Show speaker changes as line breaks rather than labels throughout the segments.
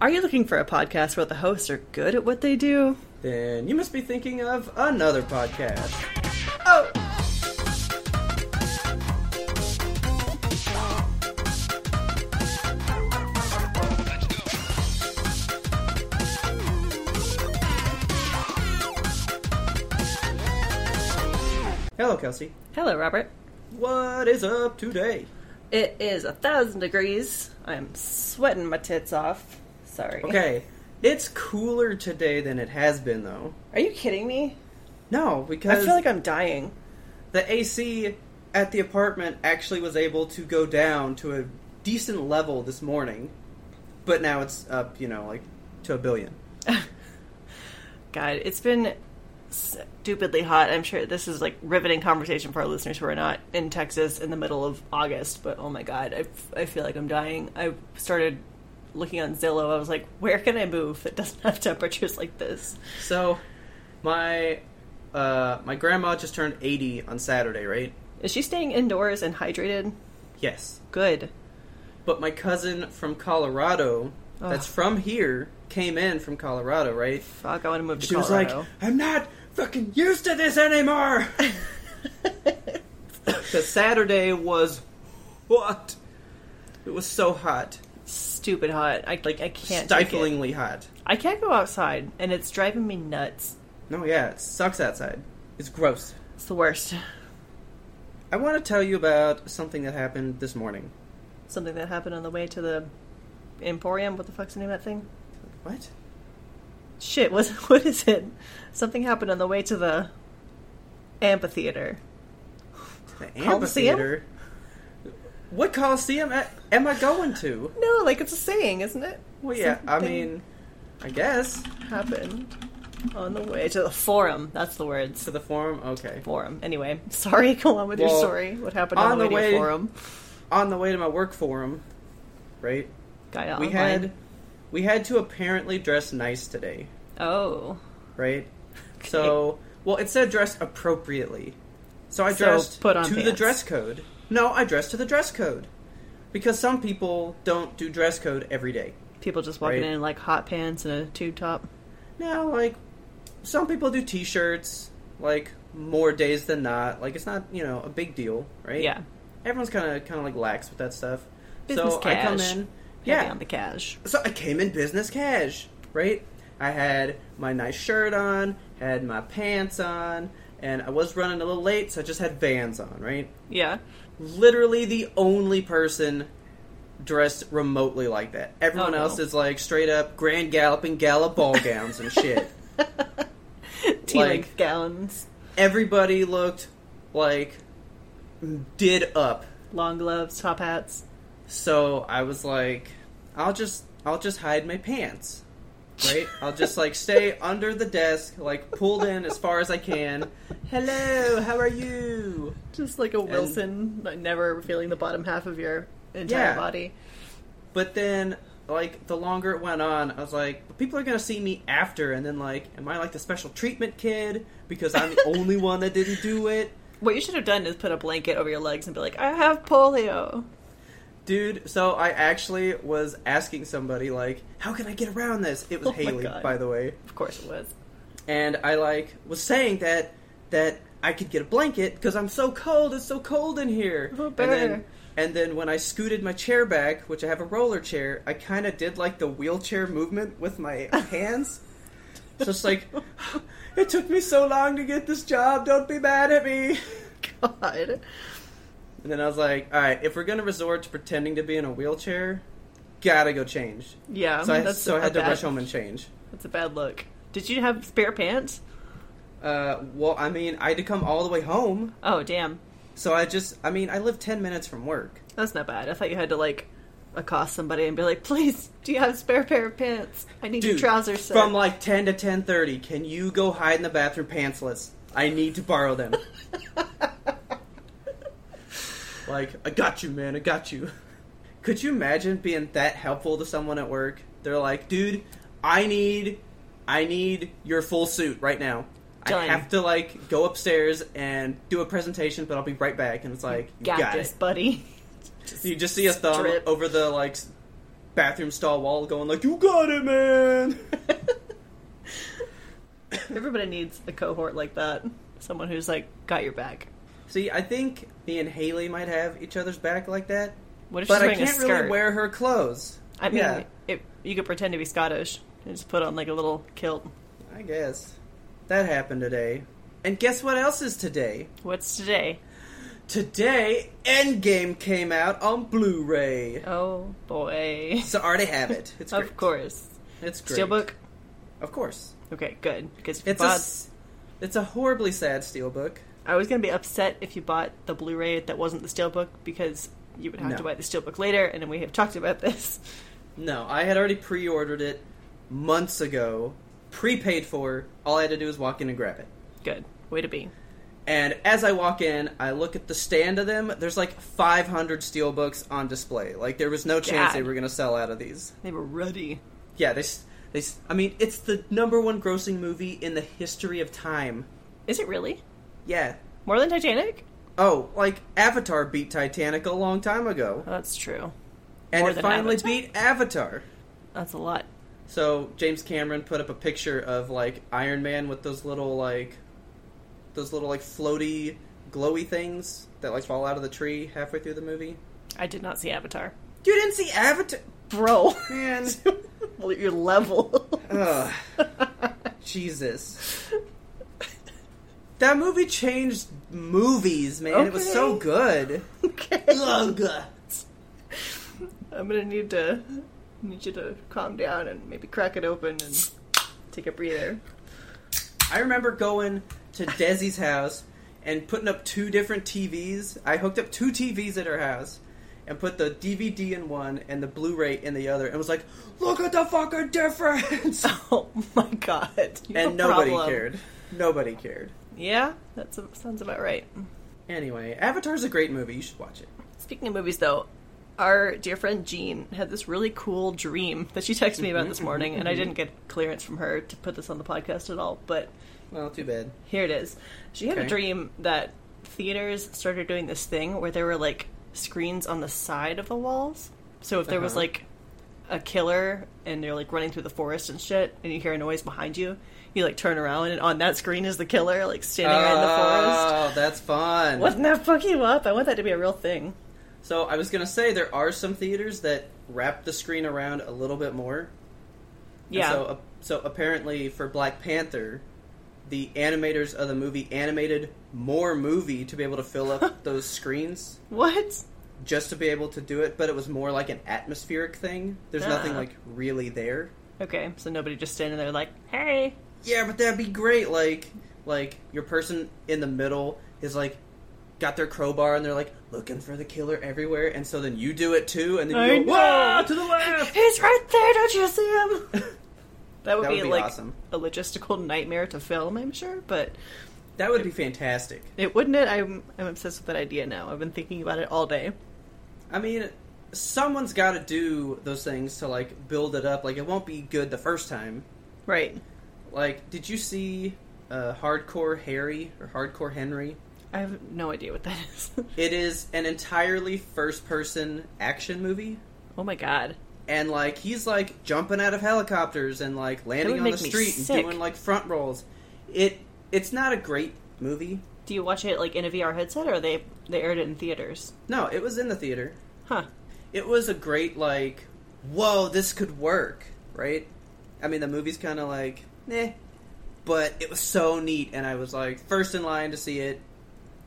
Are you looking for a podcast where the hosts are good at what they do?
Then you must be thinking of another podcast.
Oh!
Hello, Kelsey.
Hello, Robert.
What is up today?
It is a thousand degrees. I'm sweating my tits off. Sorry.
Okay, it's cooler today than it has been, though.
Are you kidding me?
No,
I
because
feel like I'm dying.
the AC at the apartment actually was able to go down to a decent level this morning, but now it's up, you know, like to a billion.
God, it's been stupidly hot. I'm sure this is like riveting conversation for our listeners who are not in Texas in the middle of August, but oh my God, I, I feel like I'm dying. I started looking on Zillow. I was like, where can I move that doesn't have temperatures like this?
So, my uh, my grandma just turned eighty on Saturday, right?
Is she staying indoors and hydrated?
Yes.
Good.
But my cousin from Colorado, that's
Ugh.
from here, came in from Colorado, right?
Fuck, I want to move to
She was
Colorado.
like, I'm not fucking used to this anymore. Because Saturday was what? It was so hot,
stupid hot. I like I can't take it.
stiflingly hot.
I can't go outside, and it's driving me nuts.
No, yeah, it sucks outside. It's gross.
It's the worst.
I want to tell you about something that happened this morning.
Something that happened on the way to the Emporium. What the fuck's the name of that thing?
What?
Shit, was what is it? Something happened on the way to the amphitheater.
The
Coliseum?
amphitheater. What coliseum a- am I going to?
No, like it's a saying, isn't it?
Well, yeah, I
Something
mean, I guess
happened on the way to the forum. That's the words.
to the forum. Okay.
Forum. Anyway, sorry. Go on with your
Well,
story. What happened on, the, way, to forum?
On the way to my work forum, right?
Guy
we
online.
had we had to apparently dress nice today,
oh.
right? So, well, it said dress appropriately. So I
So,
dressed
put on
to the
pants.
dress code. No, I dressed to the dress code because some people don't do dress code every day.
People just walking
Right.
in in like hot pants and a tube top.
Now, like some people do t-shirts like more days than not. Like it's not, you know, a big deal, right?
Yeah.
Everyone's kind of kind of like lax with that stuff.
Business
so I come
cash.
in.
Heavy
Yeah.
on the cash.
So I came in business cash, right? I had my nice shirt on, had my pants on, and I was running a little late, so I just had Vans on, right?
Yeah.
Literally the only person dressed remotely like that. Everyone
Oh, no.
else is like straight up grand galloping gala ball gowns and shit.
T-length gowns,
Everybody looked like did up.
long gloves, top hats.
So I was like, I'll just I'll just hide my pants. Right? I'll just like stay under the desk, like pulled in as far as I can. Hello, how are you?
Just like a Wilson, like, never feeling the bottom half of your entire
Yeah.
body.
But then like the longer it went on, I was like, but people are gonna see me after and then like, am I like the special treatment kid? Because I'm the only one that didn't do it.
What you should have done is put a blanket over your legs and be like, I have polio.
Dude, so I actually was asking somebody like, how can I get around this? It was
Oh my
Haley,
God.
by the way.
Of course it was.
and I like was saying that that I could get a blanket because I'm so cold. It's so cold in here.
Oh,
and
bear.
then and then when I scooted my chair back, which I have a roller chair, I kind of did like the wheelchair movement with my hands. So it's like it took me so long to get this job. Don't be mad at me.
God.
And then I was like, all right, if we're gonna resort to pretending to be in a wheelchair, gotta go change.
Yeah.
So I,
that's
so I
a
had to
bad,
rush home and change.
That's a bad look. Did you have spare pants?
Uh, well, I mean, I had to come all the way home.
Oh, damn.
So I just, I mean, I live 10 minutes from work.
That's not bad. I thought you had to like accost somebody and be like, please, do you have a spare pair of pants? I need your trousers set.
From like 10 to 10.30, can you go hide in the bathroom pantsless? I need to borrow them. like, I got you, man, I got you. Could you imagine being that helpful to someone at work? They're like, dude, I need, I need your full suit right now.
Done.
I have to like go upstairs and do a presentation, but I'll be right back. And it's like, you
got,
got
this,
it.
buddy.
You just see a thumb
Strip.
over the like s- bathroom stall wall going like, "You got it, man."
Everybody needs a cohort like that. Someone who's like got your back.
See, I think me and Haley might have each other's back like that,
What if
but
she's
I
wearing a
can't
skirt?
really wear her clothes.
I mean,
yeah,
it, you could pretend to be Scottish and just put on like a little kilt.
I guess that happened today. And guess what else is today?
What's today?
Today, Endgame came out on Blu-ray,
Oh boy!
so I already have it. It's
of
great.
course,
it's great.
steelbook.
of course.
Okay, good. Because
It's a
bought,
s- it's a horribly sad steelbook.
I was gonna be upset if you bought the Blu-ray that wasn't the steelbook because you would have to
No.
buy the steelbook later, and we have talked about this.
No, I had already pre-ordered it months ago, prepaid for. All I had to do was walk in and grab it.
Good way to be.
And as I walk in, I look at the stand of them. There's like 500 steelbooks on display. Like there was no chance
God.
they were going to sell out of these.
They were ready.
Yeah, they s- they s- I mean, it's the number 1 grossing movie in the history of time.
Is it really
Yeah.
more than Titanic?
Oh, like Avatar beat Titanic a long time ago.
Oh, that's true.
And
More
it
than
finally
Avatar?
beat Avatar.
That's a lot.
So James Cameron put up a picture of like Iron Man with those little like those little like floaty glowy things that like fall out of the tree halfway through the movie.
I did not see Avatar,
You didn't see Avatar,
bro.
man.
Your level.
Ugh. Jesus. That movie changed movies, man. It was so
Okay.
good.
okay.
Ugh.
I'm gonna need to need you to calm down and maybe crack it open and take a breather.
I remember going to Desi's house and putting up two different TVs. I hooked up two TVs at her house and put the DVD in one and the Blu-ray in the other and was like, "Look at the fucking difference."
Oh my god! You have a
and nobody
problem.
cared. Nobody cared.
Yeah, that sounds about right.
Anyway, Avatar's a great movie. You should watch it.
Speaking of movies, though, our dear friend Jean had this really cool dream that she texted me about
Mm-hmm,
this morning, and I didn't get clearance from her to put this on the podcast at all. But
Well, too bad.
Here it is. She had a
Okay.
dream that theaters started doing this thing where there were like screens on the side of the walls. So if there was
Uh-huh.
like a killer and they're like running through the forest and shit, and you hear a noise behind you, you like turn around and on that screen is the killer like standing right in the forest.
Oh, that's fun.
Wouldn't that fuck you up? I want that to be a real thing.
So I was gonna say there are some theaters that wrap the screen around a little bit more. And
Yeah.
So, so apparently for Black Panther, the animators of the movie animated more movie to be able to fill up those screens,
what?
just to be able to do it. But it was more like an atmospheric thing. There's nothing
Ah.
like really there.
Okay, so nobody just standing there like, hey.
Yeah, but that'd be great. Like, like your person in the middle is like. Got their crowbar and they're like looking for the killer everywhere, and so then you do it too, and then
I
you go,
know.
"Whoa, to the left!"
He's right there, don't you see him? That would,
That
be,
would be
like
awesome.
a logistical nightmare to film, I'm sure, but
That would be fantastic.
It wouldn't it? I'm I'm obsessed with that idea now. I've been thinking about it all day.
I mean, someone's got to do those things to like build it up. Like it won't be good the first time.
Right.
Like, did you see uh, Hardcore Harry or Hardcore Henry?
I have no idea what that is.
It is an entirely first-person action movie,
oh my god.
and like he's like jumping out of helicopters and like landing
would
on the
make me
street
sick.
and doing like front rolls. It it's not a great movie.
Do you watch it like in a VR headset or they they aired it in theaters?
No, it was in the theater.
Huh.
it was a great like whoa this could work right i mean the movie's kind of like eh but it was so neat and i was like first in line to see it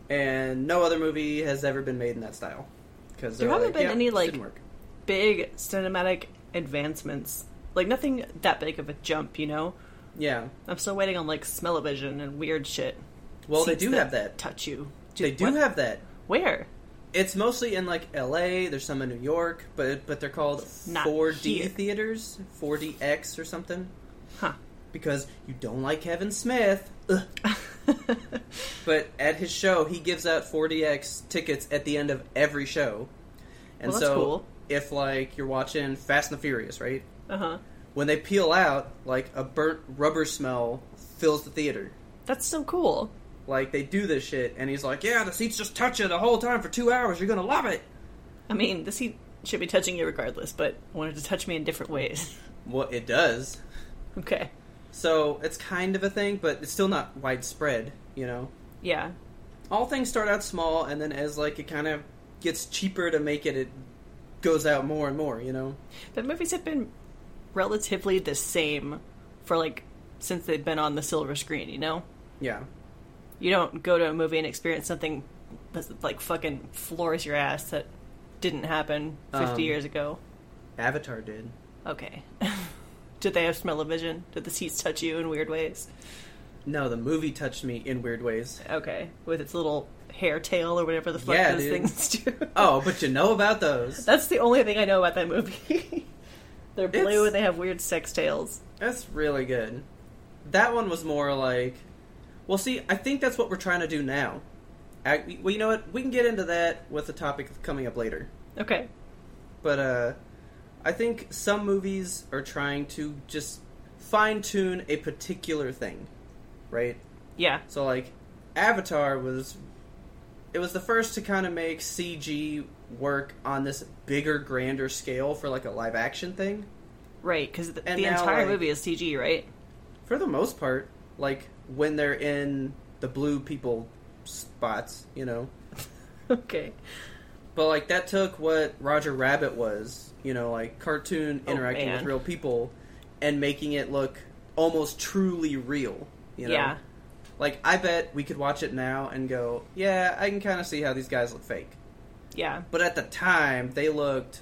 and no other movie has ever been made in that style because
There haven't been any, like-
didn't work.
Big cinematic advancements. Like nothing that big of a jump, you know?
yeah
I'm still waiting on like smell o vision and weird shit.
well they
Seats
do have that
Touch you.
they do
what?
have that
Where?
it's mostly in like la there's some in new york but but they're called
Not
4d
here.
theaters 4dx or something
Huh.
because you don't like kevin smith Ugh. But at his show, he gives out 4DX tickets at the end of every show. And
Well, that's
so
cool.
if like you're watching Fast and the Furious, right?
uh huh.
When they peel out, like a burnt rubber smell fills the theater.
That's so cool.
Like they do this shit and he's like, "Yeah, the seats just touch you the whole time for 2 hours. You're going to love it."
I mean, the seat should be touching you regardless, but I wanted to touch me in different ways.
Well, it does.
okay.
So it's kind of a thing, but it's still not widespread, you know?
Yeah.
All things start out small, and then as, like, it kind of gets cheaper to make it, it goes out more and more, you know?
But movies have been relatively the same for like since they've been on the silver screen, you know?
Yeah.
You don't go to a movie and experience something that's like fucking floors your ass that didn't happen 50
Um,
years ago.
Avatar did.
Okay. Did they have smell of vision? Did the seats touch you in weird ways?
No, the movie touched me in weird ways.
Okay. With its little hair tail or whatever the fuck
Yeah,
those
dude.
things do.
Oh, but you know about those.
That's the only thing I know about that movie. They're blue
It's-
and they have weird sex tails.
That's really good. That one was more like, well, see, I think that's what we're trying to do now. I, well, you know what? We can get into that with the topic coming up later.
Okay.
But uh, I think some movies are trying to just fine tune a particular thing, right?
Yeah.
So like, Avatar was, it was the first to kind of make CG work on this bigger, grander scale for like a live action thing.
Right, because the,
And
the
now,
entire
like-
movie is CG, right?
for the most part, like when they're in the blue people spots, you know.
Okay.
But like that took what Roger Rabbit was, you know, like cartoon
Oh,
interacting
man.
with real people and making it look almost truly real, you know.
Yeah.
Like I bet we could watch it now and go, yeah, I can kind of see how these guys look fake.
Yeah.
But at the time, they looked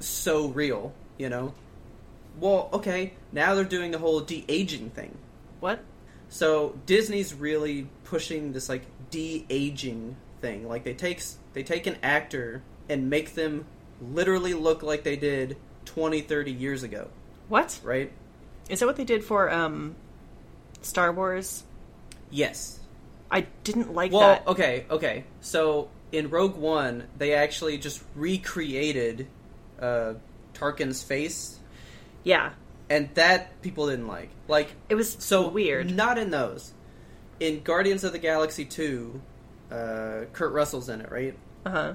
so real, you know. Well, okay, now they're doing the whole de-aging thing.
What?
So Disney's really pushing this like de aging thing. Like they takes they take an actor and make them literally look like they did 20, 30 years ago,
What?
right?
Is that what they did for um, Star Wars?
Yes.
I didn't like
Well, oh.
that.
okay, okay. So in Rogue One, they actually just recreated uh, Tarkin's face,
Yeah.
and that people didn't like. Like
It was
so
so weird.
Not in those. In Guardians of the Galaxy two, uh, Kurt Russell's in it, right?
Uh huh.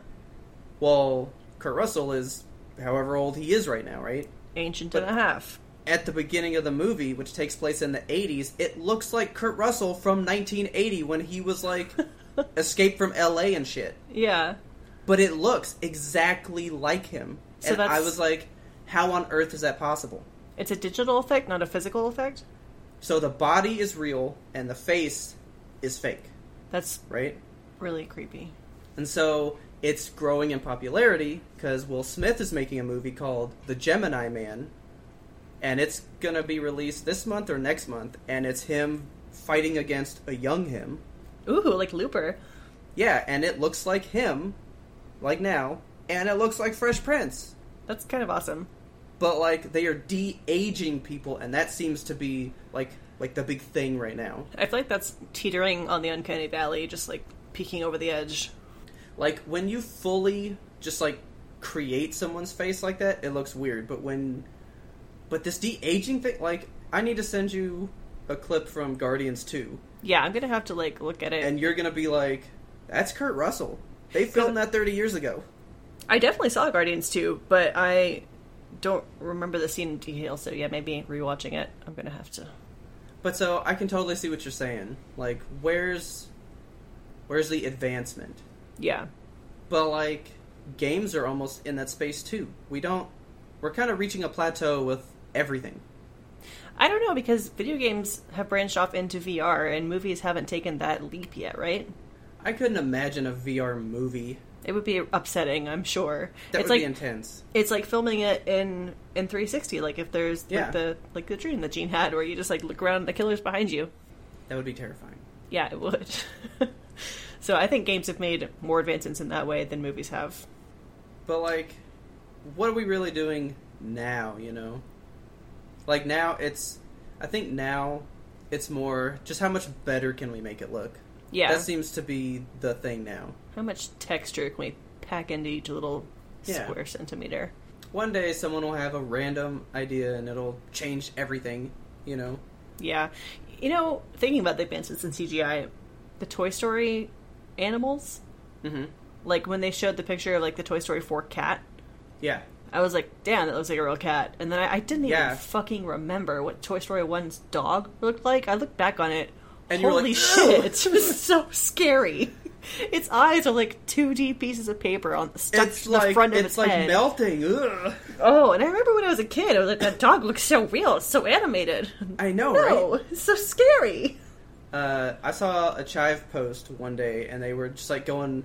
Well, Kurt Russell is however old he is right now, right?
Ancient and a half.
At the beginning of the movie, which takes place in the 80s, it looks like Kurt Russell from 1980 when he was like escaped from LA and shit.
Yeah.
But it looks exactly like him.
So
and I
that's-
was like, how on earth is that possible?
It's a digital effect, not a physical effect.
So the body is real and the face is fake,
That's
right?
really creepy.
And so it's growing in popularity because Will Smith is making a movie called The Gemini Man, and it's going to be released this month or next month, and it's him fighting against a young him.
Ooh, like Looper.
Yeah, and it looks like him, like now, and it looks like Fresh Prince.
That's kind of awesome.
But like they are de aging people, and that seems to be like like the big thing right now.
I feel like that's teetering on the uncanny valley, just like peeking over the edge.
Like when you fully just like create someone's face like that, it looks weird. But when but this de aging thing, like I need to send you a clip from Guardians Two,
Yeah, I'm gonna have to like look at it.
and you're gonna be like, "That's Kurt Russell. They filmed that thirty years ago."
I definitely saw Guardians 2, but I don't remember the scene in detail, so yeah, maybe rewatching it, I'm gonna have to.
But so I can totally see what you're saying. Like, where's where's the advancement?
Yeah.
But like, games are almost in that space too. We don't. We're kind of reaching a plateau with everything.
I don't know, because video games have branched off into VR, and movies haven't taken that leap yet, right?
I couldn't imagine a VR movie
It would be upsetting, I'm sure.
That
it's
would
like
be intense.
it's like filming it in in 360, like if there's
Yeah.
like the like the dream that Gene had, where you just like look around, and the killer's behind you.
That would be terrifying.
Yeah, it would. so I think games have made more advancements in that way than movies have.
But like, what are we really doing now? You know, like now it's. I think now it's more just how much better can we make it look.
Yeah,
That seems to be the thing now.
How much texture can we pack into each little
Yeah.
square centimeter?
One day someone will have a random idea and it'll change everything. You know.
Yeah. You know, thinking about the advances in CGI, the Toy Story animals,
Mm-hmm.
like when they showed the picture of like the Toy Story 4 cat,
Yeah.
I was like, damn, that looks like a real cat. And then I, I didn't
Yeah.
even fucking remember what Toy Story 1's dog looked like. I looked back on it.
And you were
Holy
like,
shit,
"Ew."
it's just so scary. Its eyes are like 2D pieces of paper on stuck
It's
to the
like
front of its,
it's like
head.
melting. Ugh.
oh, and I remember when I was a kid, I was like, that dog looks so real, it's so animated.
I know,
No,
right?
it's so scary.
Uh, I saw a Chive post one day, and they were just like going,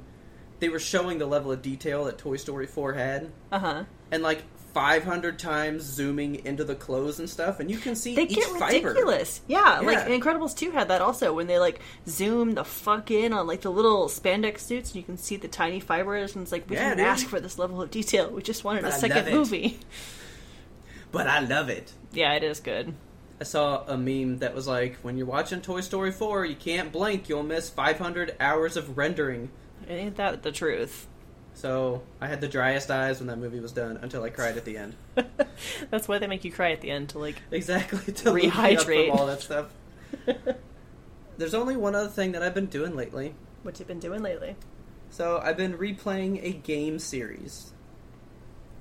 they were showing the level of detail that Toy Story 4 had,
Uh huh.
and like 500 times zooming into the clothes and stuff, and you can see
They
e-, each
get
fiber.
ridiculous. Yeah, like
Yeah.
Incredibles 2 had that also when they like zoom the fuck in on like the little spandex suits and you can see the tiny fibers and it's like we
Yeah,
didn't
dude.
ask for this level of detail. We just wanted
But
a
I love
second
it.
movie.
But I love it.
Yeah, it is good.
I saw a meme that was like, when you're watching Toy Story 4, you can't blink, you'll miss 500 hours of rendering.
Ain't that the truth?
So I had the driest eyes when that movie was done until I cried at the end.
That's why they make you cry at the end to like
Exactly. To lube me up
Rehydrate.
from all that stuff. There's only one other thing that I've been doing lately.
what you've been doing lately.
So I've been replaying a game series,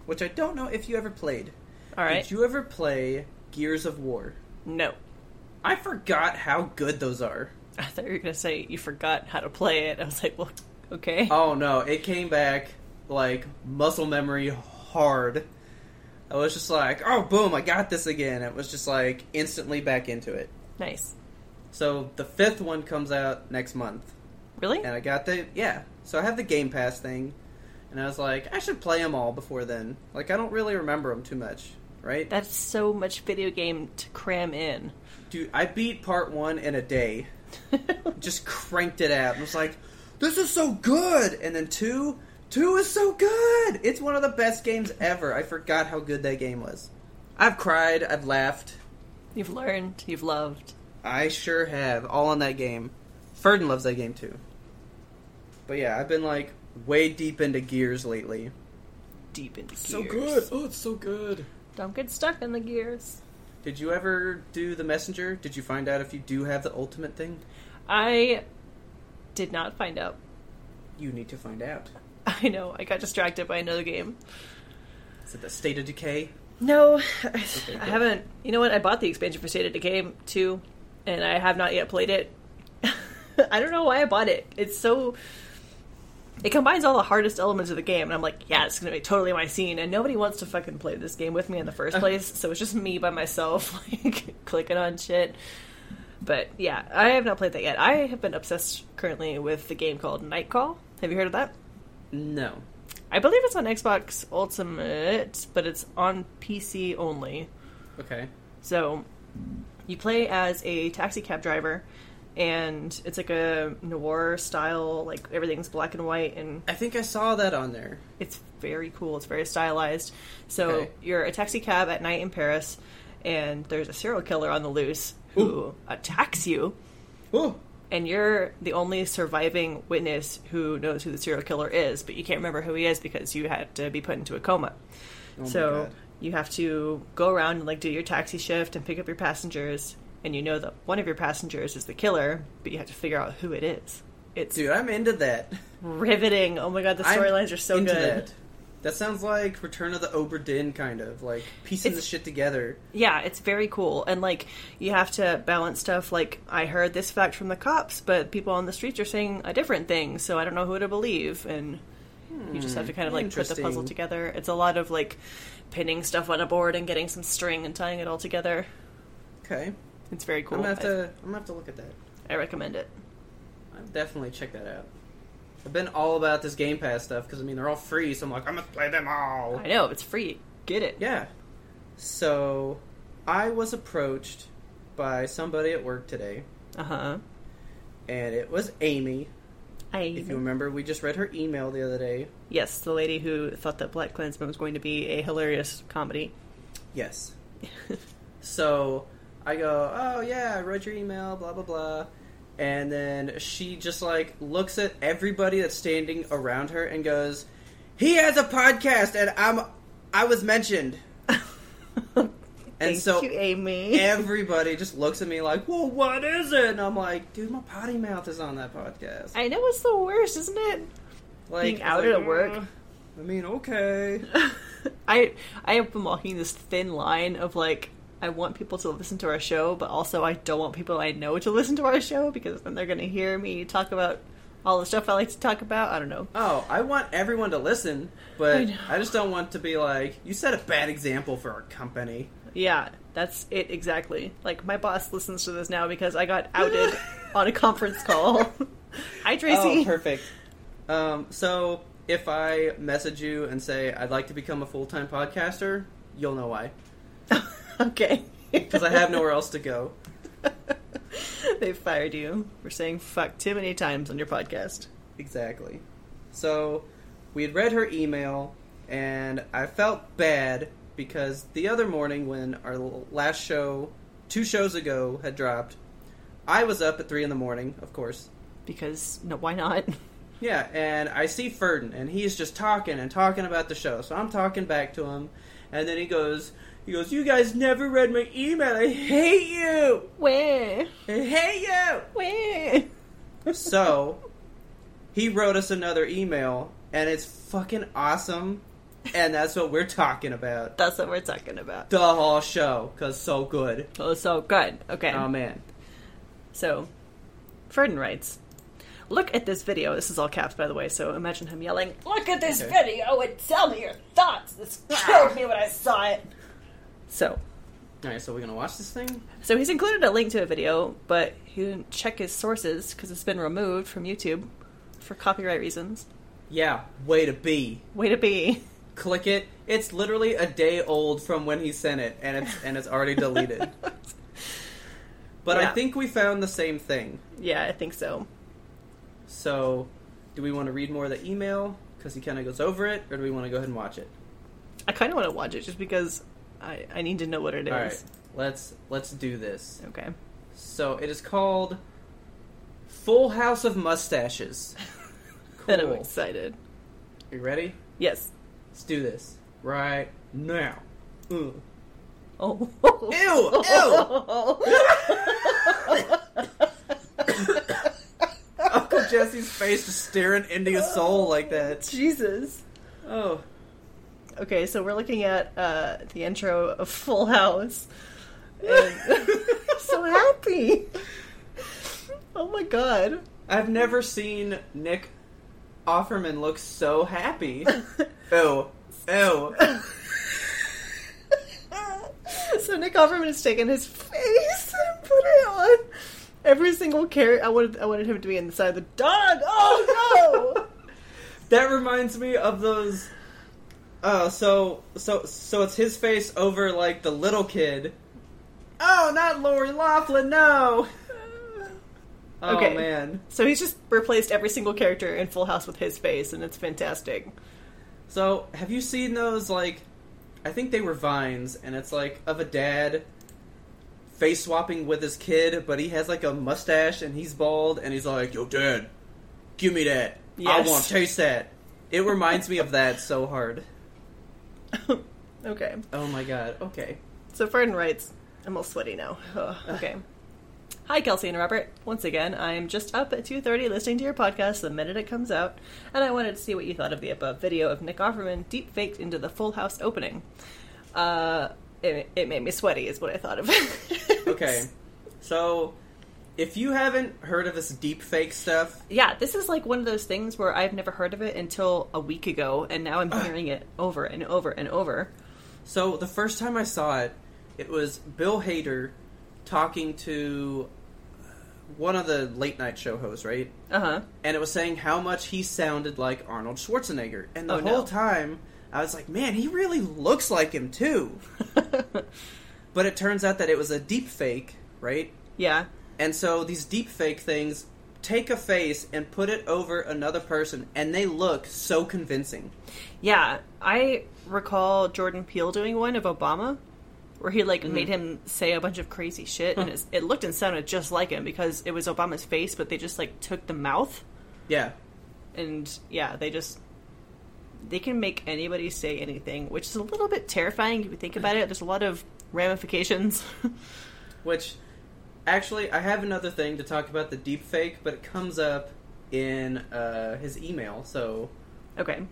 which I don't know if you ever played.
All right.
Did you ever play Gears of War?
No.
I forgot how good those are.
I thought you were gonna say you forgot how to play it. I was like, well, okay.
Oh no, it came back like muscle memory hard. I was just like, oh boom, I got this again. It was just like instantly back into it.
nice.
So the fifth one comes out next month.
Really?
and I got the yeah. So I have the Game Pass thing, and I was like, I should play them all before then. Like I don't really remember them too much, right?
That's so much video game to cram in.
Dude, I beat part one in a day. Just cranked it out. and was like, this is so good. And then two, two is so good. It's one of the best games ever. I forgot how good that game was. I've cried. I've laughed.
You've learned. You've loved.
I sure have. All on that game. Ferdin loves that game too. But yeah, I've been like way deep into Gears lately.
Deep into gears.
Oh, it's so good.
Don't get stuck in the gears.
Did you ever do the messenger? Did you find out if you do have the ultimate thing?
I did not find out.
You need to find out.
I know. I got distracted by another game.
Is it the state of decay?
No,
good.
I haven't. You know what? I bought the expansion for State of Decay 2, and I have not yet played it. I don't know why I bought it. It's so. It combines all the hardest elements of the game, and I'm like, yeah, it's gonna be totally my scene, and nobody wants to fucking play this game with me in the first place, so it's just me by myself, like, clicking on shit. But yeah, I have not played that yet. I have been obsessed currently with the game called Night Call. Have you heard of that?
No.
I believe it's on Xbox Ultimate, but it's on PC only.
Okay.
So you play as a taxi cab driver and it's like a noir style, like everything's black and white and
I think I saw that on there.
it's very cool. It's very stylized. So
Okay.
you're a taxi cab at night in Paris and there's a serial killer on the loose who
Ooh.
attacks you
Oh,
and you're the only surviving witness who knows who the serial killer is, but you can't remember who he is because you had to be put into a coma.
Oh my
so
God.
you have to go around and like do your taxi shift and pick up your passengers, and you know that one of your passengers is the killer, but you have to figure out who it is. It's
dude, I'm into that.
riveting. Oh my god, the
I'm
storylines are so
into
good.
That. That sounds like Return of the Oberdin, kind of like piecing
It's-
the shit together.
Yeah, it's very cool. And like you have to balance stuff like I heard this fact from the cops, but people on the streets are saying a different thing, so I don't know who to believe and you just have to kind of like put the puzzle
Hmm. interesting.
together. It's a lot of like pinning stuff on a board and getting some string and tying it all together.
Okay,
It's very cool.
I'm gonna have
I-
to. I'm gonna have to look at that.
I recommend it.
I'll definitely check that out. I've been all about this Game Pass stuff because I mean they're all free, so I'm like I'm gonna play them all.
I know, it's free. Get it.
Yeah. So I was approached by somebody at work today,
Uh-huh.
and it was Amy.
I
If
Mm-hmm.
you remember, we just read her email the other day.
Yes, the lady who thought that Black Klansman was going to be a hilarious comedy.
Yes. so I go, oh yeah, I read your email, blah blah blah. And then she just like looks at everybody that's standing around her and goes, "He has a podcast, and I'm I was mentioned."
Thank
and so
you, Amy.
everybody just looks at me like, "Well, what is it?" And I'm like, "Dude, my potty mouth is on that podcast."
I know it's the worst, isn't it?
like mm.
being outed
like,
at work.
"Uh, I mean, okay.
I I have been walking this thin line of like I want people to listen to our show, but also I don't want people I know to listen to our show because then they're going to hear me talk about all the stuff I like to talk about. I don't know.
Oh, I want everyone to listen,
I
but
know.
I, just don't want to be like, you set a bad example for our company.
Yeah, that's it exactly. Like my boss listens to this now because I got outed on a conference call. Hi
Oh,
Tracy.
perfect. Um, so if I message you and say I'd like to become a full time podcaster, you'll know why
okay.
because I have nowhere else to go.
they fired you for saying fuck too many times on your podcast.
Exactly. So we had read her email, and I felt bad because the other morning when our l- last show, two shows ago, had dropped, I was up at three in the morning, of course.
Because no, why not?
Yeah, and I see Ferdin, and he's just talking and talking about the show. So I'm talking back to him, and then he goes, he goes, "You guys never read my email. I hate you.
Where?
I hate you."
Where?
So he wrote us another email, and it's fucking awesome. And that's what we're talking about.
That's what we're talking about.
The whole show, because so good.
Oh, so good. Okay.
Oh man.
So, Ferdin writes, Look at this video. This is all caps, by the way, so imagine him yelling, Look at this
Okay. Ah.
video and tell me your thoughts. This killed me when I saw it. So,
Alright, so we're gonna watch this thing?
so he's included a link to a video, but he didn't check his sources because it's been removed from YouTube for copyright reasons.
Yeah, way to be.
Way to be.
Click it. It's literally a day old from when he sent it, and it's and it's already deleted. But I
Yeah.
think we found the same thing.
yeah, I think so.
So, do we want to read more of the email because he kind of goes over it, or do we want to go ahead and watch it?
I kind of want to watch it just because I, I need to know what it
All right,
is.
let's let's do this.
Okay.
So it is called Full House of Mustaches.
Then I'm
Cool.
excited.
You ready?
Yes.
Let's do this right now. Ooh.
Oh.
Ew, Uncle Jesse's face just staring into his soul like that.
Jesus.
Oh,
Okay, so we're looking at uh, the intro of Full House. And so happy. Oh my god.
I've never seen Nick Offerman look so happy. Ew, ew.
so Nick Offerman has taken his face and put it on every single character. I wanted, I wanted him to be inside the dog. Oh no!
That reminds me of those. Oh, so so so it's his face over like the little kid. Oh, not Lori Laughlin, no. Oh
Okay.
man.
so he's just replaced every single character in Full House with his face, and it's fantastic.
So have you seen those like? I think they were vines, and it's like of a dad face swapping with his kid, but he has like a mustache and he's bald, and he's like, "Yo, dad, give me that.
Yes.
I want to taste that." It reminds me of that so hard.
Okay.
Oh my god. Okay.
So Ferdin writes, I'm all sweaty now. Ugh, okay. Hi, Kelsey and Robert. Once again, I am just up at 2.30 listening to your podcast the minute it comes out, and I wanted to see what you thought of the above video of Nick Offerman deep-faked into the Full House opening. Uh, it, it made me sweaty is what I thought of it.
Okay. So, if you haven't heard of this deep fake stuff,
Yeah, this is like one of those things where I've never heard of it until a week ago, and now I'm hearing it over and over and over.
so the first time I saw it, it was Bill Hader talking to uh, one of the late night show hosts, right?
Uh-huh.
And it was saying how much he sounded like Arnold Schwarzenegger. And the
Oh, no.
whole time, I was like, man, he really looks like him too. but it turns out that it was a deep fake, right?
Yeah.
And so these deep fake things take a face and put it over another person, and they look so convincing.
Yeah, I recall Jordan Peele doing one of Obama, where he like made him say a bunch of crazy shit, and it, it looked and sounded just like him because it was Obama's face, but they just like took the mouth,
Yeah.
and yeah, they just they can make anybody say anything, which is a little bit terrifying if you think about it. There's a lot of ramifications.
Which, actually, I have another thing to talk about the deep fake, but it comes up in uh, his email, so
Okay.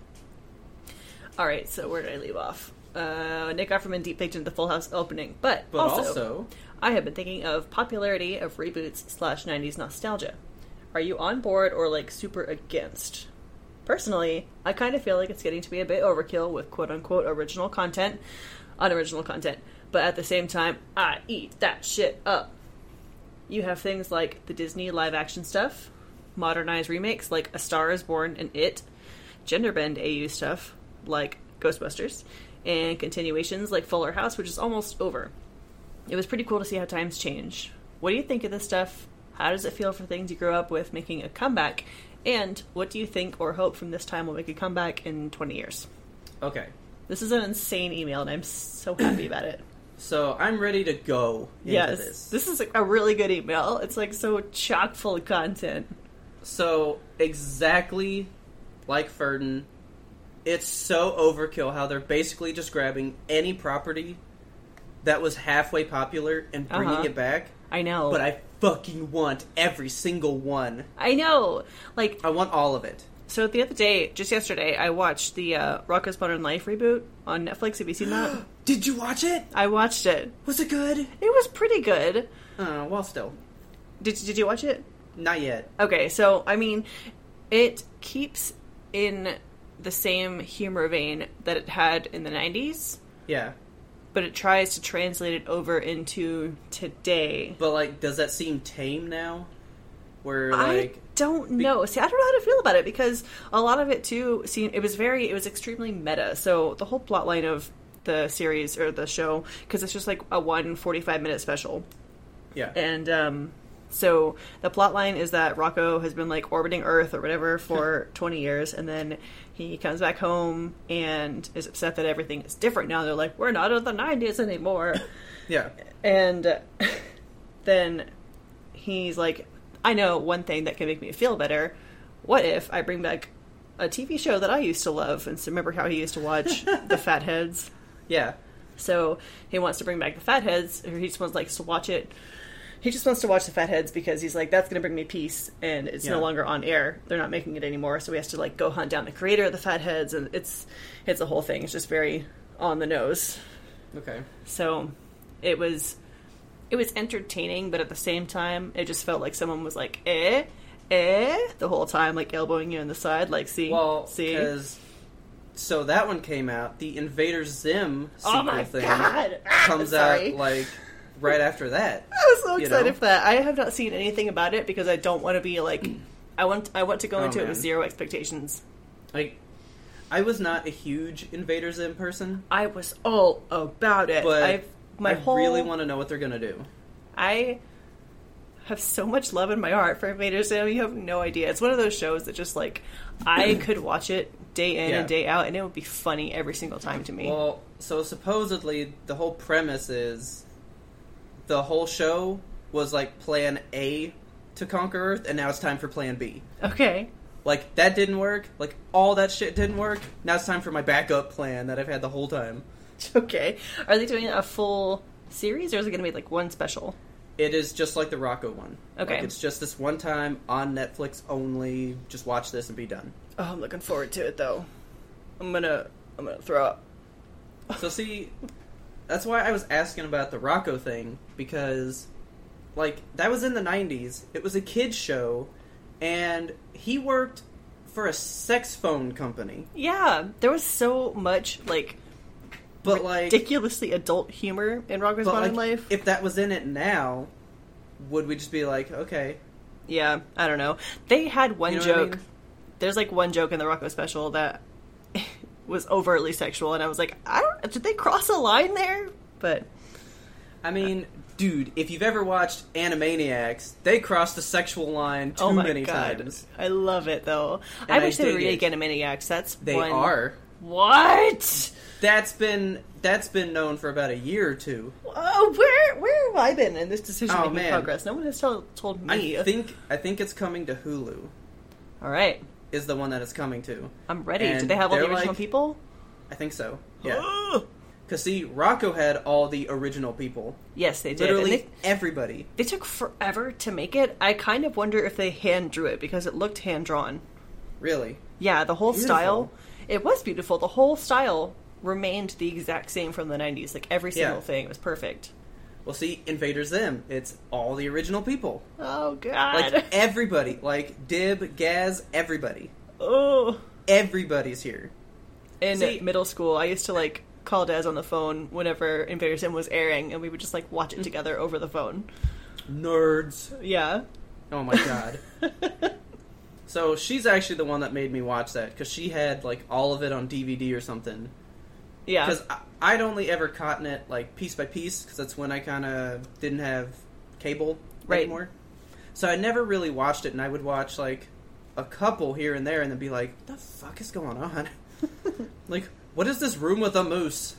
All right, so where did I leave off? Uh, Nick Offerman deep faked into the Full House opening, but,
But
also,
also
I have been thinking of popularity of reboots slash '90s nostalgia. Are you on board or like super against? Personally, I kind of feel like it's getting to be a bit overkill with quote unquote original content, unoriginal content. But at the same time, I eat that shit up. You have things like the Disney live action stuff, modernized remakes like A Star is Born and It, gender bend AU stuff like Ghostbusters, and continuations like Fuller House, which is almost over. It was pretty cool to see how times change. What do you think of this stuff? How does it feel for things you grew up with making a comeback? And what do you think or hope from this time will make a comeback in 20 years?
okay.
This is an insane email, and I'm so happy about it.
So I'm ready to go into
yes,
this.
this is a really good email. It's like so chock full of content.
So exactly like Ferdin, it's so overkill how they're basically just grabbing any property that was halfway popular and bringing
Uh-huh.
it back.
I know,
But I fucking want every single one.
I know. Like
I want all of it.
So the other day, just yesterday, I watched the uh, Rocko's Modern Life reboot on Netflix. Have you seen that?
Did you watch it?
I watched it.
Was it good?
It was pretty good.
Uh, well, still,
Did Did you watch it?
not yet.
Okay, so I mean, it keeps in the same humor vein that it had in the '90s,
Yeah,
but it tries to translate it over into today.
but like, does that seem tame now? Where
I
like,
don't know. See, I don't know how to feel about it because a lot of it too. See, it was very, it was extremely meta. So the whole plot line of the series or the show, because it's just like a one 45 minute special,
yeah,
and um, so the plot line is that Rocco has been like orbiting Earth or whatever for 20 years, and then he comes back home and is upset that everything is different now. They're like, we're not in the 90s anymore.
yeah,
And uh, then he's like, I know one thing that can make me feel better. What if I bring back a TV show that I used to love? And so remember how he used to watch The Fatheads?
yeah.
So he wants to bring back The Fatheads, or he just wants, likes to watch it. He just wants to watch The Fatheads because he's like, that's going to bring me peace, and it's
Yeah.
no longer on air. They're not making it anymore, so he has to like go hunt down the creator of The Fatheads, and it's it's a whole thing. It's just very on the nose.
Okay.
So it was it was entertaining, but at the same time, it just felt like someone was like, eh, eh, the whole time, like elbowing you in the side, like, see,
Well,
see.
because so that one came out. The Invader Zim sequel
Oh my
thing
god! Ah,
comes out
sorry.
like right after that.
I was so
you
excited
know?
for that. I have not seen anything about it because I don't want to be like, I want I want to go
Oh,
into it with
man.
zero expectations.
Like, I was not a huge Invader Zim person,
I was all about it.
but
I've my
I
whole
really want to know what they're gonna do.
I have so much love in my heart for Invader Zim. You have no idea. It's one of those shows that just like I could watch it day in
Yeah.
and day out, and it would be funny every single time to me.
Well, so supposedly the whole premise is the whole show was like Plan A to conquer Earth, and now it's time for Plan B.
okay,
Like that didn't work. Like all that shit didn't work. Now it's time for my backup plan that I've had the whole time.
okay. Are they doing a full series, or is it going to be like one special?
It is just like the Rocco one.
Okay.
Like, it's just this one time on Netflix only. Just watch this and be done.
Oh, I'm looking forward to it though. I'm gonna I'm gonna throw up.
So see, that's why I was asking about the Rocco thing because, like, that was in the '90s. It was a kids show, and he worked for a sex phone company.
Yeah, there was so much like
But like,
ridiculously adult humor in Rocko's
but,
Modern
like,
Life.
if that was in it now, would we just be like, okay,
Yeah, I don't know. They had one
You know what I
joke.
mean?
There's like one joke in the Rocco special that was overtly sexual, and I was like, I don't. Did they cross a line there? But
I mean, dude, if you've ever watched Animaniacs, they crossed the sexual line too
oh my
many
god,
times.
I love it though. I
And I
wish they would
dig
remake
it.
Animaniacs. That's
They
one-
are.
what?
That's been that's been known for about a year or two.
Oh, where where have I been in this decision
Oh,
making
man.
progress? No one has tell, told me.
I think I think it's coming to Hulu.
All right,
Is the one that it's coming to.
I'm ready.
And
Did they have all the
they're
original
like-
people?
I think so. Yeah. Cause see, Rocco had all the original people.
yes, they did. And
Literally
they-
everybody.
They took forever to make it. I kind of wonder if they hand drew it because it looked hand drawn.
Really.
Yeah, the whole
Beautiful.
style. It was beautiful. The whole style remained the exact same from the 90s. Like every single
Yeah.
thing was perfect.
Well, see, Invaders Zim. It's all the original people.
Oh god.
Like everybody, like Dib, Gaz, everybody,
oh.
everybody's here.
In
See-
middle school, I used to like call Daz on the phone whenever Invader Zim was airing and we would just like watch
Mm.
it together over the phone.
Nerds.
Yeah.
Oh my god. so she's actually the one that made me watch that because she had like all of it on DVD or something.
Yeah.
Because I'd only ever caught it like piece by piece because that's when I kind of didn't have cable
Right.
anymore. So I never really watched it, and I would watch like a couple here and there, and then be like, "What the fuck is going on? like, what is this room with a moose?"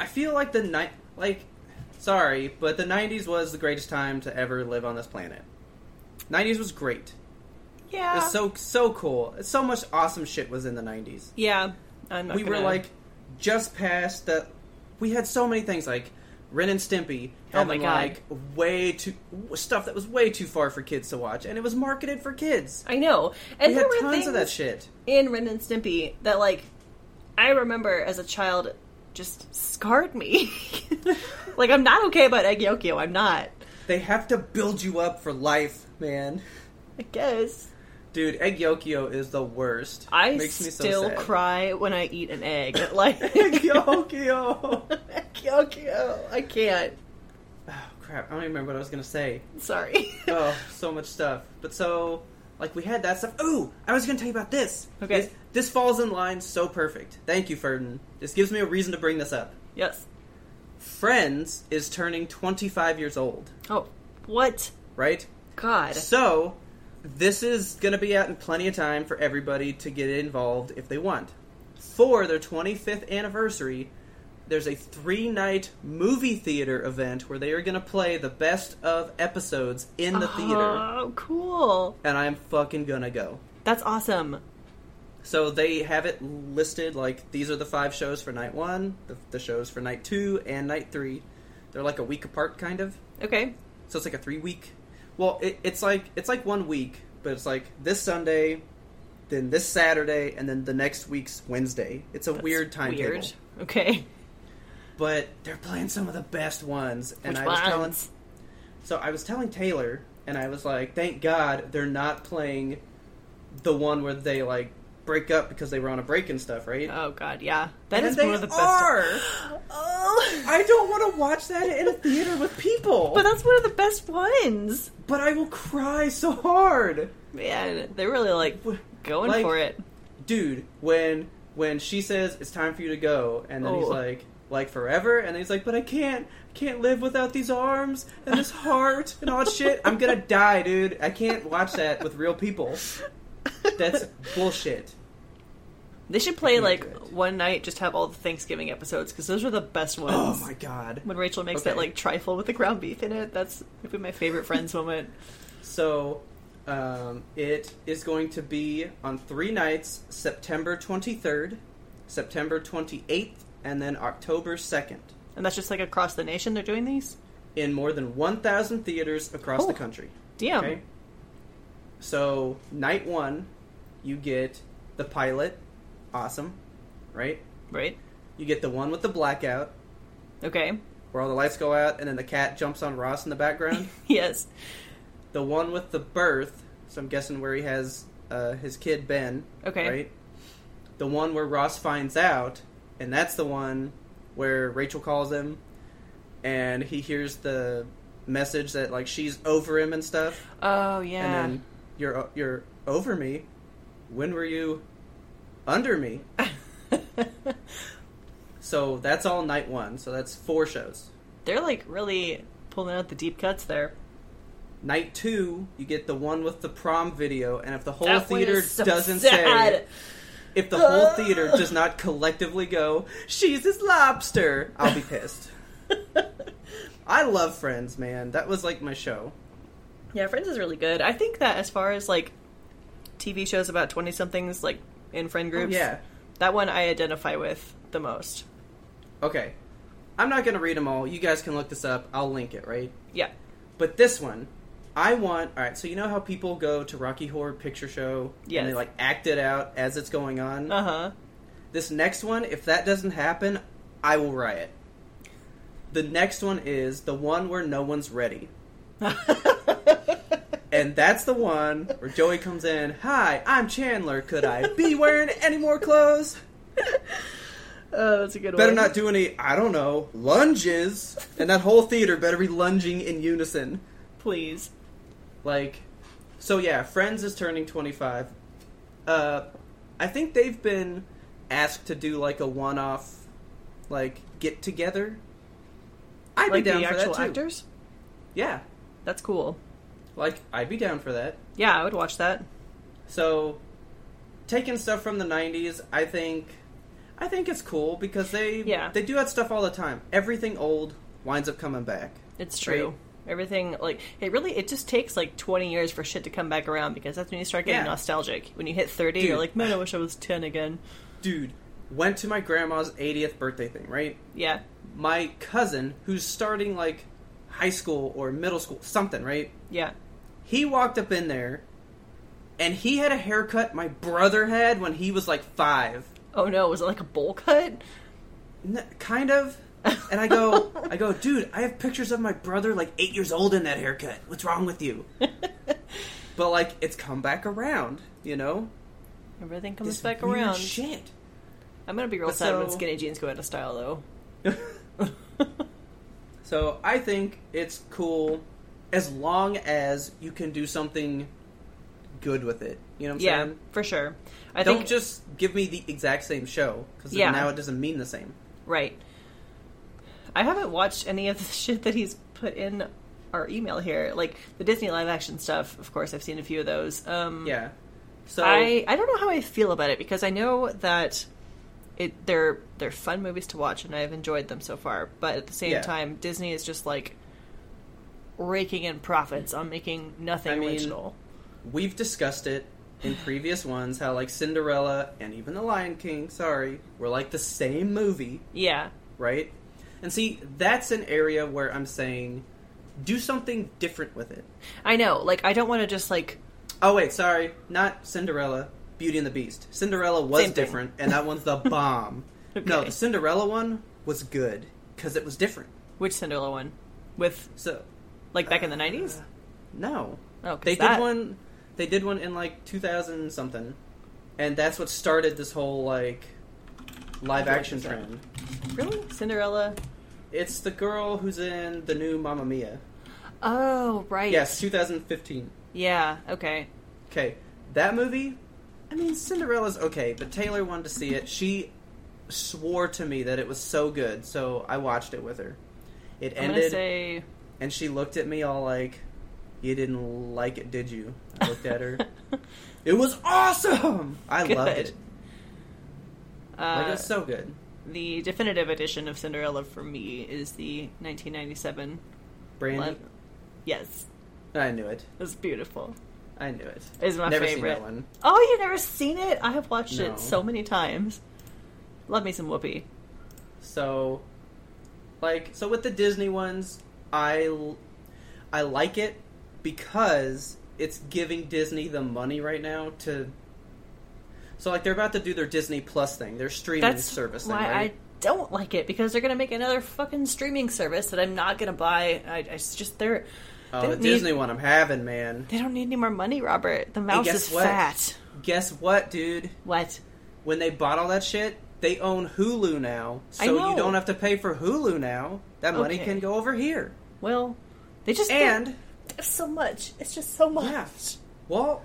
I feel like the night, like, sorry, but the '90s was the greatest time to ever live on this planet. '90s was great.
Yeah.
It's so so cool. So much awesome shit was in the '90s
yeah. I'm not
we were
gonna-
like just past the we had so many things like Ren and Stimpy
Oh my
having,
God.
like way too stuff that was way too far for kids to watch and it was marketed for kids.
I know. And
we
there
had
were
tons
things
of that shit.
in Ren and Stimpy that like I remember as a child just scarred me. like I'm not okay about Egg Yokio. I'm not.
They have to build you up for life, man.
I guess
Dude, Egg Yokio is the worst.
I
Makes me so
still
sad.
cry when I eat an egg. Like
Egg Yokio.
Egg Yokio. I can't.
oh crap, I don't even remember what I was gonna say.
Sorry.
oh, so much stuff. But so, like, we had that stuff. Ooh, I was going to tell you about this.
Okay.
This, this falls in line so perfect. Thank you, Ferdin. This gives me a reason to bring this up.
yes.
Friends is turning 25 years old,
Oh, what?
right?
God.
So, this is going to be out in plenty of time for everybody to get involved if they want. For their 25th anniversary, there's a three night movie theater event where they are going to play the best of episodes in the theater.
Oh, cool.
And I'm fucking gonna go.
That's awesome.
So they have it listed like these are the five shows for night one, the, the shows for night two, and night three. They're like a week apart, kind of.
Okay.
So it's like a three week. Well, it, it's like it's like one week, but it's like this Sunday, then this Saturday, and then the next week's Wednesday. It's a
That's
weird timetable.
Weird. Okay.
But they're playing some of the best ones, and
Which
I was telling.
ones?
So I was telling Taylor, and I was like, "Thank God they're not playing the one where they like break up because they were on a break and stuff, right?"
Oh God, yeah. That is
And they
one of the best.
are.
Oh.
I don't want to watch that in a theater with people.
But that's one of the best ones.
but I will cry so hard,
Man, they're really like going
Like-
for it.
dude. When when she says it's time for you to go, and then he's
Oh.
like, like forever, and then he's like, but I can't, can't live without these arms and this heart and all that shit. I'm gonna die, dude. I can't watch that with real people. That's bullshit.
They should play
can't
like
do it.
one night, just have all the Thanksgiving episodes because those are the best ones.
Oh my god.
When Rachel makes that
Okay.
like trifle with the ground beef in it, that's maybe my favorite Friends moment.
So, um, it is going to be on three nights September 23rd, September 28th, and then October 2nd
And that's just like across the nation they're doing these.
in more than 1,000 theaters across
Oh.
the country.
Damn.
Okay? So, night one, you get the pilot. Awesome. Right?
Right.
You get the one with the blackout,
Okay.
where all the lights go out and then the cat jumps on Ross in the background.
Yes.
the one with the birth. So I'm guessing where he has uh, his kid Ben.
Okay.
Right. The one where Ross finds out, and that's the one where Rachel calls him, and he hears the message that like she's over him and stuff,
Oh yeah.
and then you're uh, you're over me. When were you under me? So that's all night one. So that's four shows.
they're like really pulling out the deep cuts there.
Night two, you get the one with the prom video, and if the whole
That one
theater
is so
doesn't say
sad.
If the whole
Ugh.
theater does not collectively go, she's his lobster, I'll be pissed. I love Friends, man. That was like my show.
Yeah, Friends is really good. I think that as far as like TV shows about twenty somethings, like in friend
Oh,
groups,
yeah.
that one I identify with the most.
Okay. I'm not going to read them all. You guys can look this up. I'll link it, right?
Yeah,
But this one, I want all right. So you know how people go to Rocky Horror Picture Show
Yes.
and they like act it out as it's going on.
Uh huh.
This next one, if that doesn't happen, I will riot. The next one is the one where no one's ready. And that's the one where Joey comes in. Hi, I'm Chandler. Could I be wearing any more clothes?
oh, that's a good
Better
one.
not do any, I don't know, lunges. And that whole theater better be lunging in unison.
please.
Like, so yeah, Friends is turning 25. Uh, I think they've been asked to do like a one off, like, get together. I'd
like
be down
the
for
actual
that too.
actors.
Yeah,
That's cool.
like, I'd be down for that.
Yeah, I would watch that.
So, taking stuff from the '90s, I think, I think it's cool because they
Yeah.
they do that stuff all the time. Everything old winds up coming back.
It's true.
Right.
Everything like it really it just takes like twenty years for shit to come back around because that's when you start getting
Yeah.
nostalgic. When you hit thirty,
Dude.
you're like, man, I wish I was ten again.
Dude, went to my grandma's 80th birthday thing. Right,
Yeah,
my cousin who's starting like high school or middle school, something. Right,
yeah.
he walked up in there, and he had a haircut my brother had when he was like five.
Oh no, was it like a bowl cut?
N- kind of. And I go, I go, dude. I have pictures of my brother, like eight years old, in that haircut. What's wrong with you? But like, it's come back around, you know.
Everything comes
This
back
weird
around.
Shit.
I'm gonna be real
But
sad when
so-
skinny jeans go out of style though.
so I think it's cool as long as you can do something good with it. You know what I'm
yeah,
saying?
for sure. I
Don't
think
just give me the exact same show because
Yeah.
now it doesn't mean the same.
right. I haven't watched any of the shit that he's put in our email here, like the Disney live action stuff. Of course, I've seen a few of those. Um,
Yeah. So
I, I don't know how I feel about it because I know that it they're they're fun movies to watch and I've enjoyed them so far. But at the same
Yeah.
time, Disney is just like raking in profits on making nothing
I mean-
original.
we've discussed it in previous ones how like Cinderella and even The Lion King, sorry, were like the same movie,
Yeah,
right? And see, that's an area where I'm saying do something different with it.
I know. Like I don't want to just like
Oh wait, sorry, not Cinderella, Beauty and the Beast. Cinderella was
Same thing.
different and that one's the bomb. No,
Okay.
the Cinderella one was good cuz it was different.
which Cinderella one with
So, Uh,
like back in the nineties.
no.
Oh, 'cause
Uh, they
that-
did one they did one in like 2000 something and that's what started this whole like live action
Like,
trend
Really, Cinderella?
it's the girl who's in the new mamma mia
Oh right.
yes 2015
Yeah. Okay.
okay that movie i mean cinderella's okay but taylor wanted to see it she swore to me that it was so good so i watched it with her it
I'm gonna
ended
say
and she looked at me all like you didn't like it did you i looked at her
Uh,
It was awesome. I
Good.
loved it. Like, it
Uh,
was so good.
the definitive edition of Cinderella for me is the 1997
Brandy,
Love- Yes,
I knew it.
it was beautiful.
I knew it.
It's my
Never
favorite.
seen that one.
Oh, you've never seen it? I have watched
No.
it so many times. Love me some Whoopi.
So, like, so with the Disney ones, I l- I like it because it's giving Disney the money right now to. So like they're about to do their Disney Plus thing, their streaming
That's
service thing,
why
right?
I don't like it because they're gonna make another fucking streaming service that I'm not gonna buy. I, I it's just they're
oh,
they
the
don't need-
Disney one I'm having, man.
they don't need any more money, Robert. The mouse
guess
is
what?
fat.
Guess what, dude?
What?
when they bought all that shit, they own Hulu now.
I
So you
know.
don't have to pay for Hulu now. That money
Okay.
can go over here.
Well, they just
And
they're so much. It's just so much.
yeah, well,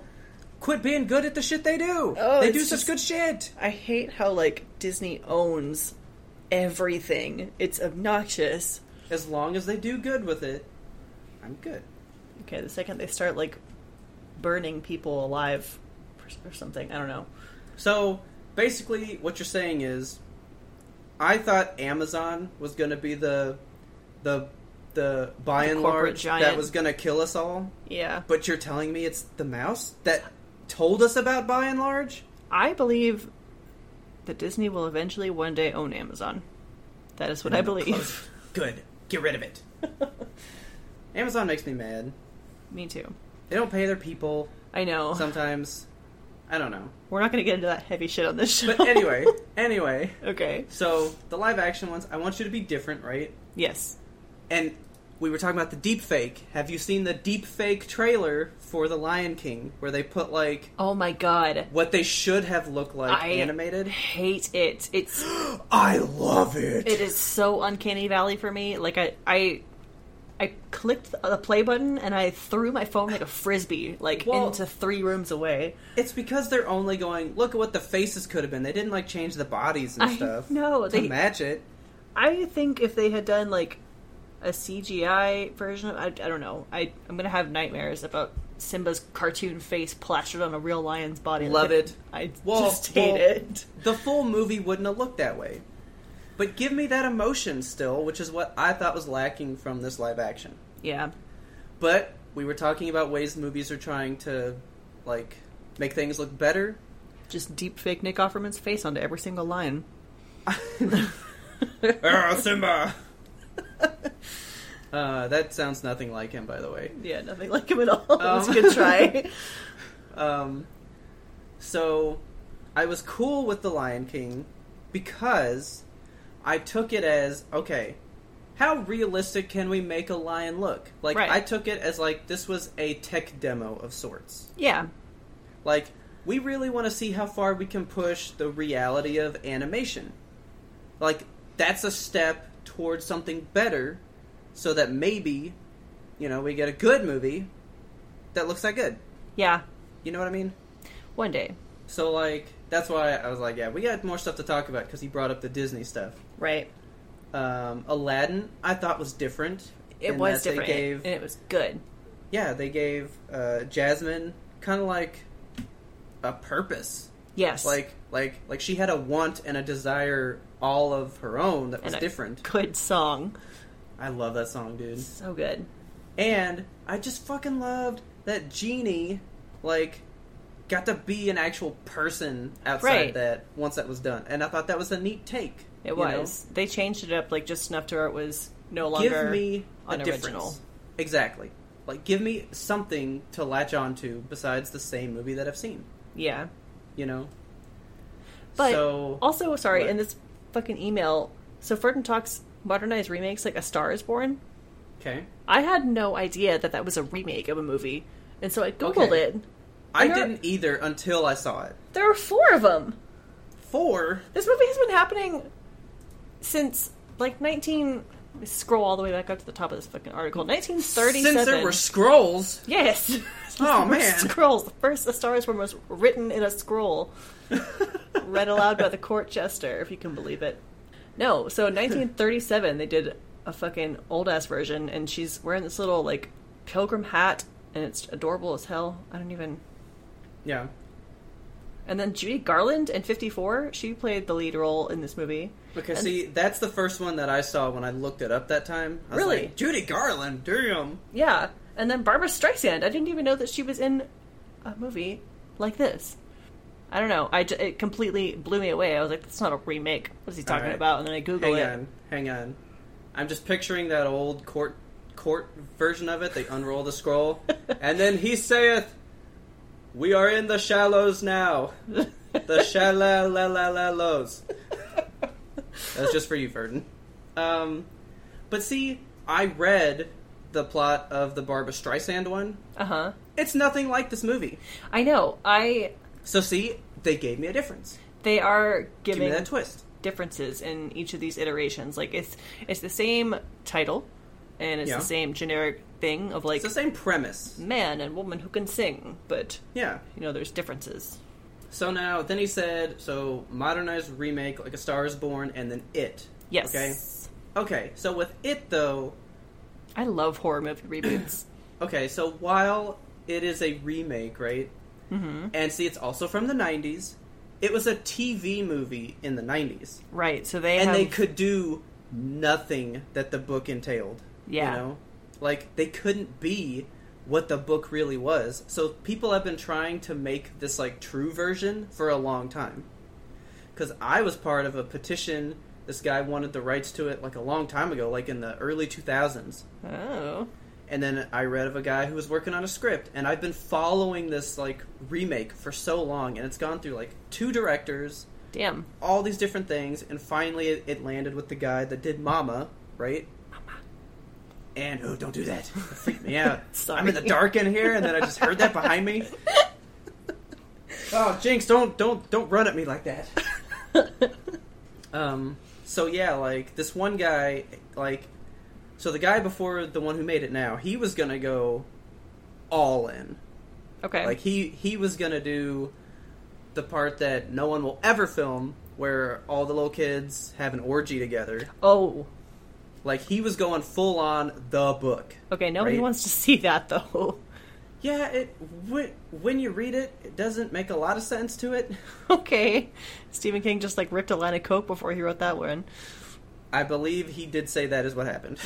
quit being good at the shit they do.
Oh,
they
it's
do such
just-
good shit.
I hate how like Disney owns everything. It's obnoxious.
As long as they do good with it, I'm good.
Okay, the second they start like burning people alive or something, I don't know.
So basically, what you're saying is, I thought Amazon was going to be the the the by
The
and
corporate
large that
giant.
was going to kill us all.
Yeah.
But you're telling me it's the mouse that told us about by and large.
I believe that Disney will eventually one day own Amazon. That is what I believe.
Close. Good. Get rid of it. Amazon makes me mad.
me too.
They don't pay their people
I know.
sometimes. I don't know.
We're not going to get into that heavy shit on this show.
But anyway, anyway.
okay.
So the live action ones, I want you to be different, right?
Yes.
And we were talking about the deep fake. Have you seen the deep fake trailer for The Lion King where they put like
Oh my god.
what they should have looked like
I-
animated?
Hate it. It's
I love it.
it is so uncanny valley for me. Like I I I clicked the play button and I threw my phone like a frisbee like
Well-
into 3 rooms away.
It's because they're only going, look at what the faces could have been. They didn't like change the bodies and
I
stuff.
know,
to
they-
match it.
I think if they had done like a CGI version, of, I, I don't know. I I'm gonna have nightmares about Simba's cartoon face plastered on a real lion's body.
Love it.
I
Well,
just hate
well-
it.
The full movie wouldn't have looked that way. But give me that emotion still, which is what I thought was lacking from this live action.
Yeah,
But we were talking about ways movies are trying to like make things look better.
just deep fake Nick Offerman's face onto every single line.
Ah, Simba. uh, that sounds nothing like him, by the way.
Yeah, nothing like him at all.
Um.
It's a good try.
Um, so I was cool with The Lion King because I took it as okay, how realistic can we make a lion look? Like,
Right.
I took it as like this was a tech demo of sorts.
yeah,
Like, we really want to see how far we can push the reality of animation. Like, that's a step towards something better so that maybe, you know, we get a good movie that looks that good.
yeah.
You know what I mean?
One day,
So, like, that's why I was like, yeah, we got more stuff to talk about because he brought up the Disney stuff.
right?
Um, Aladdin, I thought was different.
It
in
was
that
different,
They gave,
and it was good.
yeah, they gave uh, Jasmine kind of like a purpose.
Yes,
like like like she had a want and a desire all of her own that was
And a
different
good song,
i love that song dude
so good.
and i just fucking loved that genie like got to be an actual person outside
Right.
that once that was done and i thought that was a neat take
It
you
was. They changed it up like just enough to where it was no
know?
longer
give me a
unoriginal.
difference exactly like give me something to latch onto besides the same movie that i've seen
Yeah.
you know
But
so
Also, sorry,
What?
in this fucking email, so Ferdinand talks modernized remakes like A Star is Born.
okay
I had no idea that that was a remake of a movie. And so I Googled
Okay.
it.
i
there-
didn't either until i saw it
There are four of them.
four
This movie has been happening since like 19. Scroll all the way back up to the top of this fucking article. 1937.
Since there were scrolls.
Yes. Since there
Oh,
were
man.
Scrolls. The first A Star is Born was written in a scroll. read aloud by the court jester, if you can believe it. No, so in 1937 they did a fucking old ass version, and she's wearing this little like pilgrim hat, and it's adorable as hell. I don't even.
Yeah.
And then Judy Garland in 54, she played the lead role in this movie.
Okay,
And-
see, that's the first one that I saw when I looked it up that time. I was
Really?
like, Judy Garland, damn.
Yeah, and then Barbara Streisand. I didn't even know that she was in a movie like this. I don't know. I j- it completely blew me away. I was like, "That's not a remake. What is he talking
right.
about?" And then I Google
Hang
it.
on, hang on. I'm just picturing that old court court version of it. They unroll the scroll, and then he saith, "We are in the shallows now, the shallalalalos." That's just for you, Verdon. Um, but see, I read the plot of the Barbara Streisand one.
Uh huh.
It's nothing like this movie.
I know. I
So see, they gave me a difference.
they are
Give me
giving
that twist.
differences in each of these iterations. Like it's it's the same title, and it's
Yeah.
the same generic thing of like Mm.
It's the same premise.
man and woman who can sing, but
Yeah.
you know there's differences.
So now, then he said, so modernized remake like A Star Is Born, and then It.
Yes,
Okay. Okay. So with It though,
I love horror movie reboots.
okay. So while it is a remake, right? Mm-hmm. And see, it's also from the '90s. It was a TV movie in the '90s,
right, so they
and
have
they could do nothing that the book entailed.
Yeah.
You know? Like they couldn't be what the book really was. So people have been trying to make this like true version for a long time. Cuz I was part of a petition this guy wanted the rights to it like a long time ago, like in the early 2000s.
oh
and then I read of a guy who was working on a script, and I've been following this like remake for so long, and it's gone through like two directors,
Damn.
all these different things, and finally it, it landed with the guy that did Mama, right? And oh, don't do that. Freak me out.
Sorry.
I'm in the dark in here, and then I just heard that behind me. Oh, Jinx, don't don't don't run at me like that. Um. So yeah, like this one guy, like, so the guy before the one who made it now, he was gonna go all in.
okay.
Like he he was gonna do the part that no one will ever film, where all the little kids have an orgy together.
oh.
Like he was going full on the book.
Okay, nobody
Right.
wants to see that though.
Yeah, it when, when you read it, it doesn't make a lot of sense to it.
okay. Stephen King just like ripped a line of coke before he wrote that one.
I believe he did say that is what happened.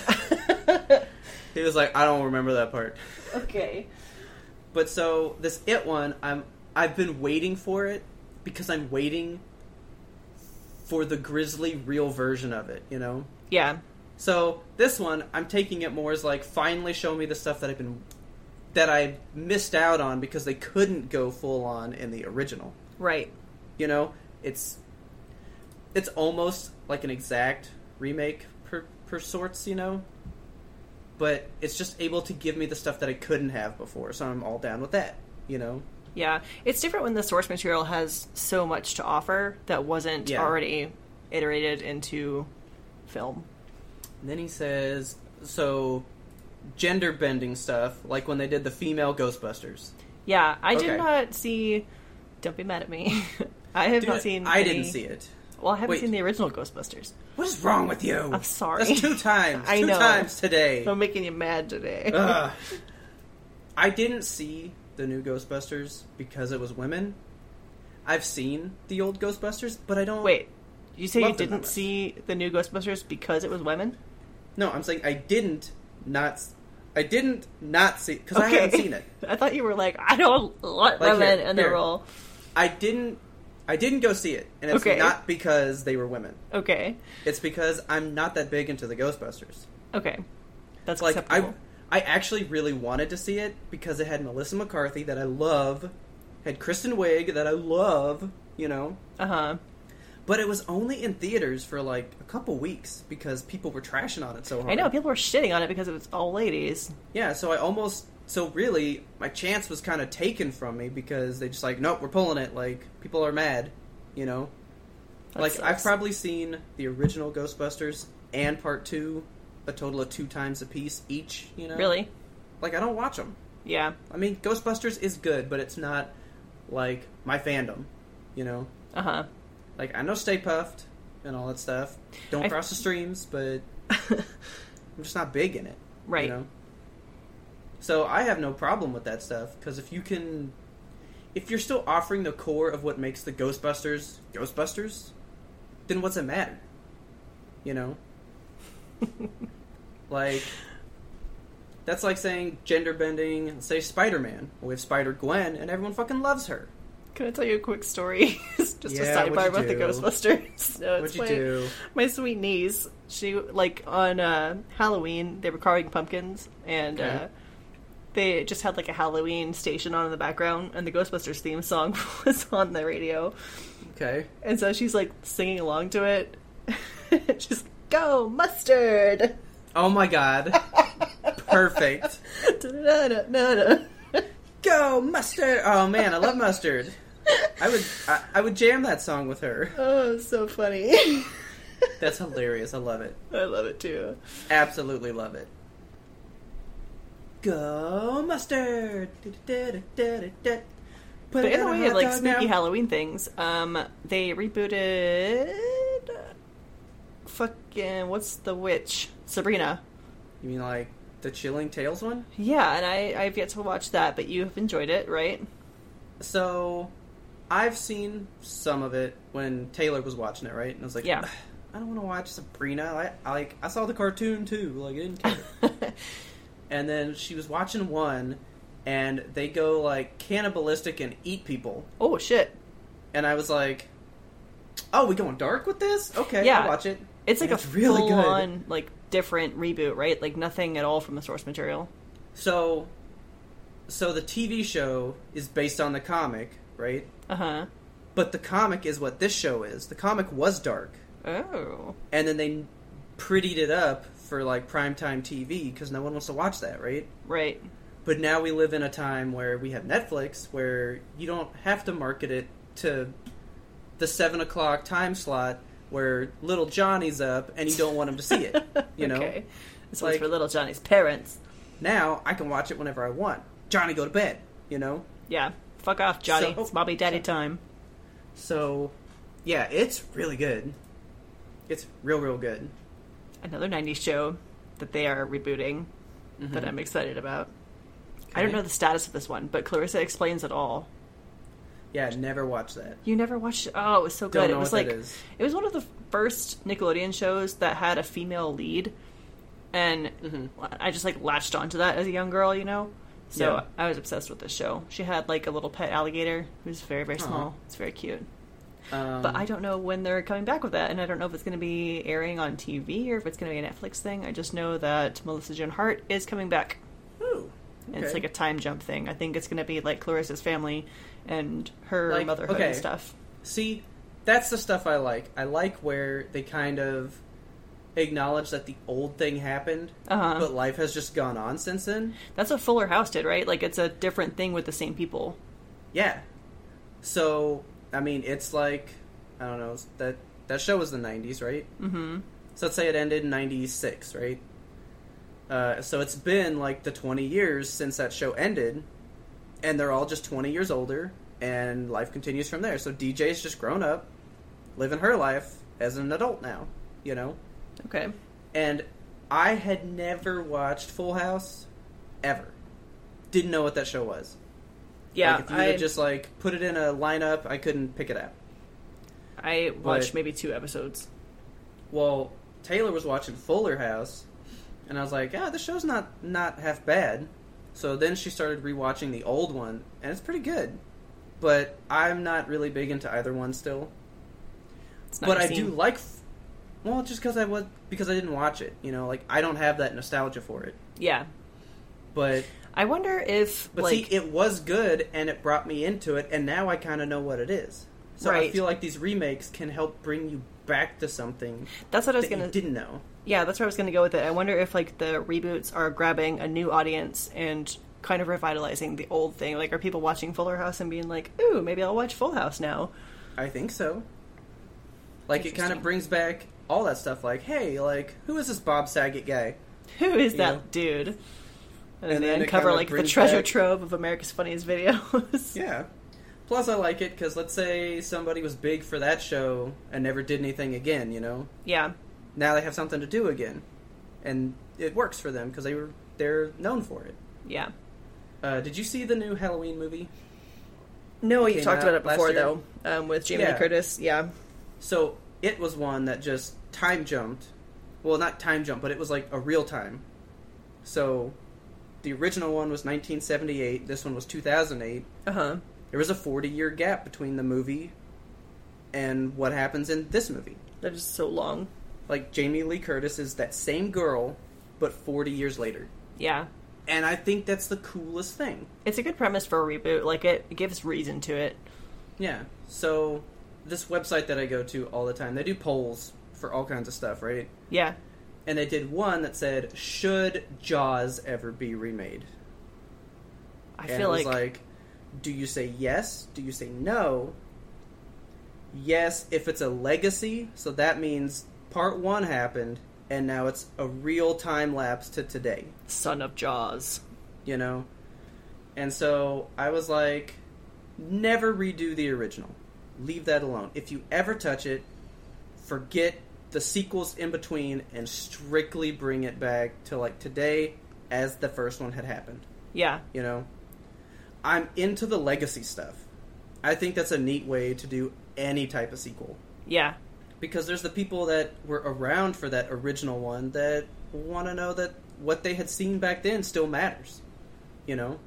he was like, I don't remember that part.
okay.
But so this it one, I'm I've been waiting for it because I'm waiting for the grizzly real version of it, you know.
Yeah.
So this one, I'm taking it more as like finally show me the stuff that I've been that I missed out on because they couldn't go full on in the original.
Right.
You know, it's it's almost like an exact remake per per sorts, you know. But it's just able to give me the stuff that I couldn't have before, so I'm all down with that, you know.
Yeah. It's different when the source material has so much to offer that wasn't
Yeah.
already iterated into film.
And then he says, so gender bending stuff, like when they did the female Ghostbusters.
Yeah, I did
Okay.
not see Don't be mad at me. I have not
Dude,
seen
I
any-
didn't see it.
Well, I haven't
Wait.
seen the original Ghostbusters.
What is wrong with you?
I'm sorry.
That's two times.
I
two
know.
times today.
I'm making you mad today.
Ugh. I didn't see the new Ghostbusters because it was women. I've seen the old Ghostbusters, but I don't.
Wait, you say
Love
you
them that
didn't
much.
see the new Ghostbusters because it was women?
No, I'm saying I didn't not. s- I didn't not see because I
Okay.
haven't seen it.
I thought you were like, I don't want
Like,
women
here,
in the
here.
role.
I didn't. I didn't go see it, and it's
Okay.
not because they were women.
Okay,
It's because I'm not that big into the Ghostbusters.
okay, that's
Like
acceptable.
I, I actually really wanted to see it because it had Melissa McCarthy that I love, had Kristen Wiig that I love, you know.
Uh huh.
But it was only in theaters for like a couple weeks because people were trashing on it so hard.
I know people were shitting on it because it was all ladies.
Yeah, so I almost so really my chance was kind of taken from me because they just like nope we're pulling it like people are mad, you know.
That
like I've
sucks.
probably seen the original Ghostbusters and Part Two a total of two times a piece each. You know,
really,
Like I don't watch them.
yeah,
I mean, Ghostbusters is good, but it's not like my fandom, you know.
uh huh.
Like I know Stay Puffed and all that stuff. Don't
I-
cross the streams, but I'm just not big in it,
Right.
You know? So I have no problem with that stuff because if you can, if you're still offering the core of what makes the Ghostbusters Ghostbusters, then what's it matter? You know, like that's like saying gender bending. Say Spider Man. We have Spider Gwen, and everyone fucking loves her.
Can I tell you a quick story? It's Just
Yeah,
a
what'd
sidebar
you
about the
do?
Ghostbusters. No,
What'd
it's
you
my,
do?
my sweet niece. She like on uh, Halloween they were carving pumpkins and
Okay.
uh, they just had like a Halloween station on in the background and the Ghostbusters theme song was on the radio
Okay.
and so she's like singing along to it. she's go mustard.
Oh my god. Perfect.
Da-da-da-da-da.
Go mustard. Oh man, I love mustard. I would I, I would jam that song with her.
oh, so funny.
That's hilarious. I love it.
I love it too.
Absolutely love it. Go mustard. Du-du-du-du-du-du. Put
But in the
a
way
hot
of like
dog
spooky
now.
Halloween things, um, they rebooted. uh, Fucking what's the witch Sabrina?
You mean like the Chilling Tales one?
Yeah, and I I've yet to watch that, but you have enjoyed it, right?
So, I've seen some of it when Taylor was watching it, right? And I was like,
Yeah.
I don't want to watch Sabrina. I, I like I saw the cartoon too. Like I didn't care. and then she was watching one, and they go like cannibalistic and eat people,
oh shit,
and I was like, "Oh, we going dark with this? Okay,
Yeah.
I'll watch it."
it's like
And
a full on like different reboot, right? Like nothing at all from the source material.
So, so the TV show is based on the comic, right?
Uh huh.
But the comic is what this show is. The comic was dark,
Oh.
and then they prettied it up for like primetime TV because no one wants to watch that, right?
Right.
But now we live in a time where we have Netflix, where you don't have to market it to the seven o'clock time slot where little Johnny's up and you don't want him to see it. You know,
okay. This
like-
one's for little Johnny's parents.
now I can watch it whenever I want. Johnny, go to bed. You know,
Yeah. Fuck off, Johnny.
So-
it's mommy daddy time.
so yeah, it's really good. It's real, real good.
Another 90s show that they are rebooting that I'm excited about. I don't
Mm-hmm. Okay.
know the status of this one, but Clarissa explains it all.
Yeah, never watch that.
You never watched it? Oh, it was so good.
Don't know
it was
what
like
that is.
it was one of the first Nickelodeon shows that had a female lead, and I just like latched onto that as a young girl, you know. So
Mm-hmm. Yeah.
I was obsessed with this show. She had like a little pet alligator who's very very
Aw.
small. It's very cute.
Um,
But I don't know when they're coming back with that, and I don't know if it's going to be airing on TV or if it's going to be a Netflix thing. I just know that Melissa Joan Hart is coming back.
Ooh,
And it's
okay.
like a time jump thing. I think it's going to be like Clarissa's family and her
Like,
motherhood
okay.
and stuff.
See, that's the stuff I like. I like where they kind of acknowledge that the old thing happened,
Uh-huh.
but life has just gone on since then.
That's what Fuller House did, right? Like it's a different thing with the same people.
Yeah. So, I mean, it's like I don't know that that show was the '90s, right? Mm-hmm. So let's say it ended in '96, right? Uh, so it's been like the 20 years since that show ended, and they're all just 20 years older, and life continues from there. So DJ's just grown up, living her life as an adult now, you know.
Okay.
and I had never watched Full House ever. Didn't know what that show was.
Yeah,
like if you
I
had just like put it in a lineup, I couldn't pick it up.
I watched
but-
maybe two episodes.
Well, Taylor was watching Fuller House, and I was like, "Ah, the show's not not half bad." So then she started rewatching the old one, and it's pretty good. But I'm not really big into either one still.
It's not
But
your
I do
scene.
like, f- well, just because I was because I didn't watch it. You know, like I don't have that nostalgia for it.
Yeah.
But
I wonder if
But
like
see, it was good and it brought me into it, and now I kind of know what it is. So I
Right.
feel like these remakes can help bring you back to something
that's what I was
that
gonna
you didn't know.
Yeah, that's where I was gonna go with it. I wonder if like the reboots are grabbing a new audience and kind of revitalizing the old thing. Like are people watching Fuller House and being like, Ooh, maybe I'll watch Full House now.
I think so. Like it kind
Interesting.
of brings back all that stuff. Like, hey, like who is this Bob Saget guy?
Who is that
Yeah.
dude? And,
And
they
then it
uncover
kinda
like the
brings
treasure
back-
trove of America's funniest videos.
Yeah. Plus, I like it because let's say somebody was big for that show and never did anything again. You know,
yeah.
now they have something to do again, and it works for them because they were they're known for it.
Yeah.
Uh, did you see the new Halloween movie?
No,
It
you
came
talked
out
about it
last
before
year?
though, um, with Jamie Lee
Yeah.
Curtis. Yeah,
So it was one that just time jumped. Well, not time jump, but it was like a real time. So the original one was 1978. This one was 2008.
uh huh.
There was a 40 year gap between the movie and what happens in this movie.
That is so long.
Like Jamie Lee Curtis is that same girl, but 40 years later.
Yeah,
And I think that's the coolest thing.
it's a good premise for a reboot. Like it, it gives reason to it.
Yeah. So this website that I go to all the time, they do polls for all kinds of stuff, right?
Yeah.
and they did one that said, "Should Jaws ever be remade?"
I
and
feel
it was
like,
like... do you say yes? Do you say no? Yes, if it's a legacy, so that means part one happened, and now it's a real time lapse to today.
son of Jaws.
You know, and so I was like, never redo the original. Leave that alone. If you ever touch it, forget the sequels in between and strictly bring it back to like today as the first one had happened.
Yeah,
You know, I'm into the legacy stuff. I think that's a neat way to do any type of sequel
yeah,
because there's the people that were around for that original one that want to know that what they had seen back then still matters. You know,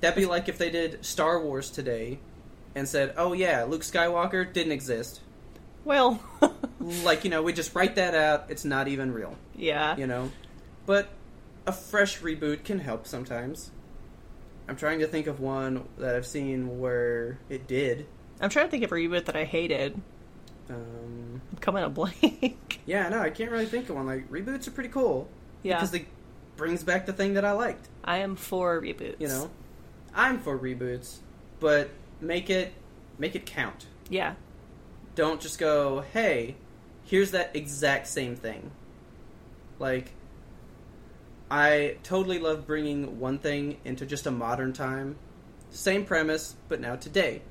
that'd be like if they did Star Wars today and said, "Oh yeah, Luke Skywalker didn't exist."
well,
Like you know, we just write that out. It's not even real.
yeah.
You know, but a fresh reboot can help sometimes. I'm trying to think of one that I've seen where it did.
I'm trying to think of a reboot that I hated.
Um,
I'm coming a blank.
yeah, no, I can't really think of one. Like reboots are pretty cool
yeah,
because they brings back the thing that I liked.
I am for reboots.
You know, I'm for reboots, but make it make it count.
Yeah,
Don't just go, hey, here's that exact same thing. Like, I totally love bringing one thing into just a modern time. Same premise, but now today.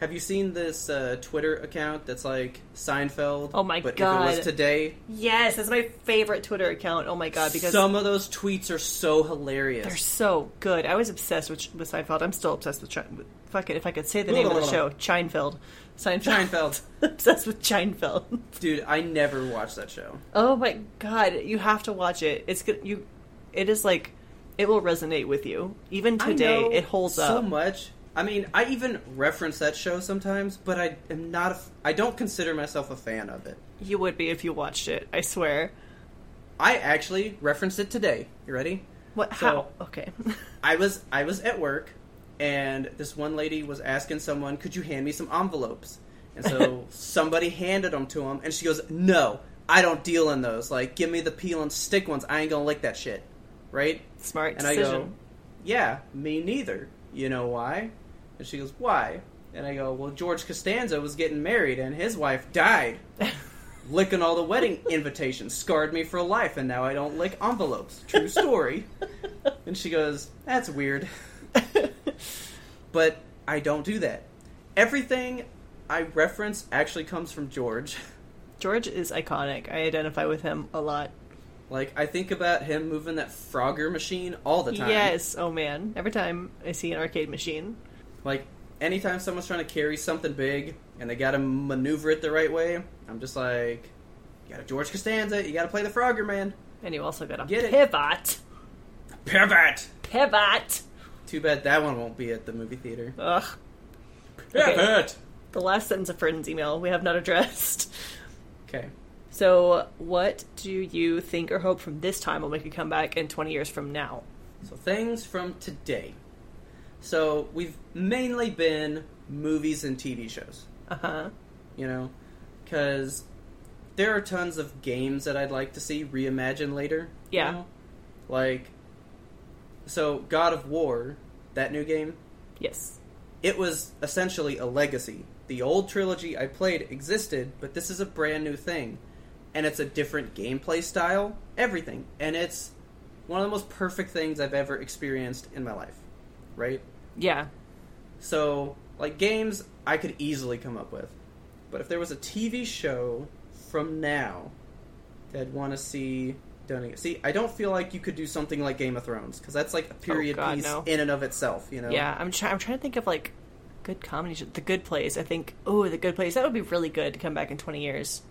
Have you seen this uh, Twitter account that's like Seinfeld?
Oh my
but But if it
God.
was today,
yes, that's my favorite Twitter account. Oh my god, because
some of those tweets are so hilarious.
they're so good. I was obsessed with, with Seinfeld. I'm still obsessed with. Chi- with fuck it, if I could say the name of the show, Seinfeld. Seinfeld.
Seinfeld.
obsessed with Seinfeld.
Dude, I never watched that show.
Oh my god, you have to watch it. It's good. You, it is like, it will resonate with you even
I
today.
know
It holds
so
up.
much. I mean, I even reference that show sometimes, but I am not. A, f- I don't consider myself a fan of it.
You would be if you watched it. I swear.
I actually referenced it today. You ready?
What?
So-
How? Okay.
I was I was at work, and this one lady was asking someone, "Could you hand me some envelopes?" And so somebody handed them to him, and she goes, "No, I don't deal in those. Like, give me the peel and stick ones. I ain't gonna lick that shit." Right?
Smart
And I
decision.
go, Yeah, me neither. You know why? And she goes, Why? And I go, Well, George Costanza was getting married and his wife died. Licking all the wedding invitations scarred me for life, and now I don't lick envelopes. True story. and she goes, That's weird. but I don't do that. Everything I reference actually comes from George.
George is iconic. I identify with him a lot.
Like, I think about him moving that Frogger machine all the time.
Yes. Oh man. Every time I see an arcade machine.
Like anytime someone's trying to carry something big and they got to maneuver it the right way, I'm just like, you got to George Costanza, you got to play the Frogger man.
And you also got a
Get it.
pivot.
Pivot.
Pivot.
Too bad that one won't be at the movie theater.
Ugh. Okay.
Pivot.
The last sentence of Ferdinand's email we have not addressed.
Okay.
So, what do you think or hope from this time will make a comeback in 20 years from now?
So things from today. So we've mainly been movies and TV shows.
Uh huh.
you know because there are tons of games that i'd like to see reimagined later you
Yeah.
know? like so god of war that new game
Yes.
it was essentially a legacy the old trilogy i played existed but this is a brand new thing and it's a different gameplay style everything and it's one of the most perfect things i've ever experienced in my life right
Yeah.
so, like games, I could easily come up with. But if there was a TV show from now that I'd want to see done again. See, I don't feel like you could do something like Game of Thrones because that's like a period
Oh, God,
piece
no.
in and of itself. You know?
Yeah. I'm trying. I'm trying to think of like good comedy. show- The Good Place. I think. Oh, The Good Place. That would be really good to come back in 20 years.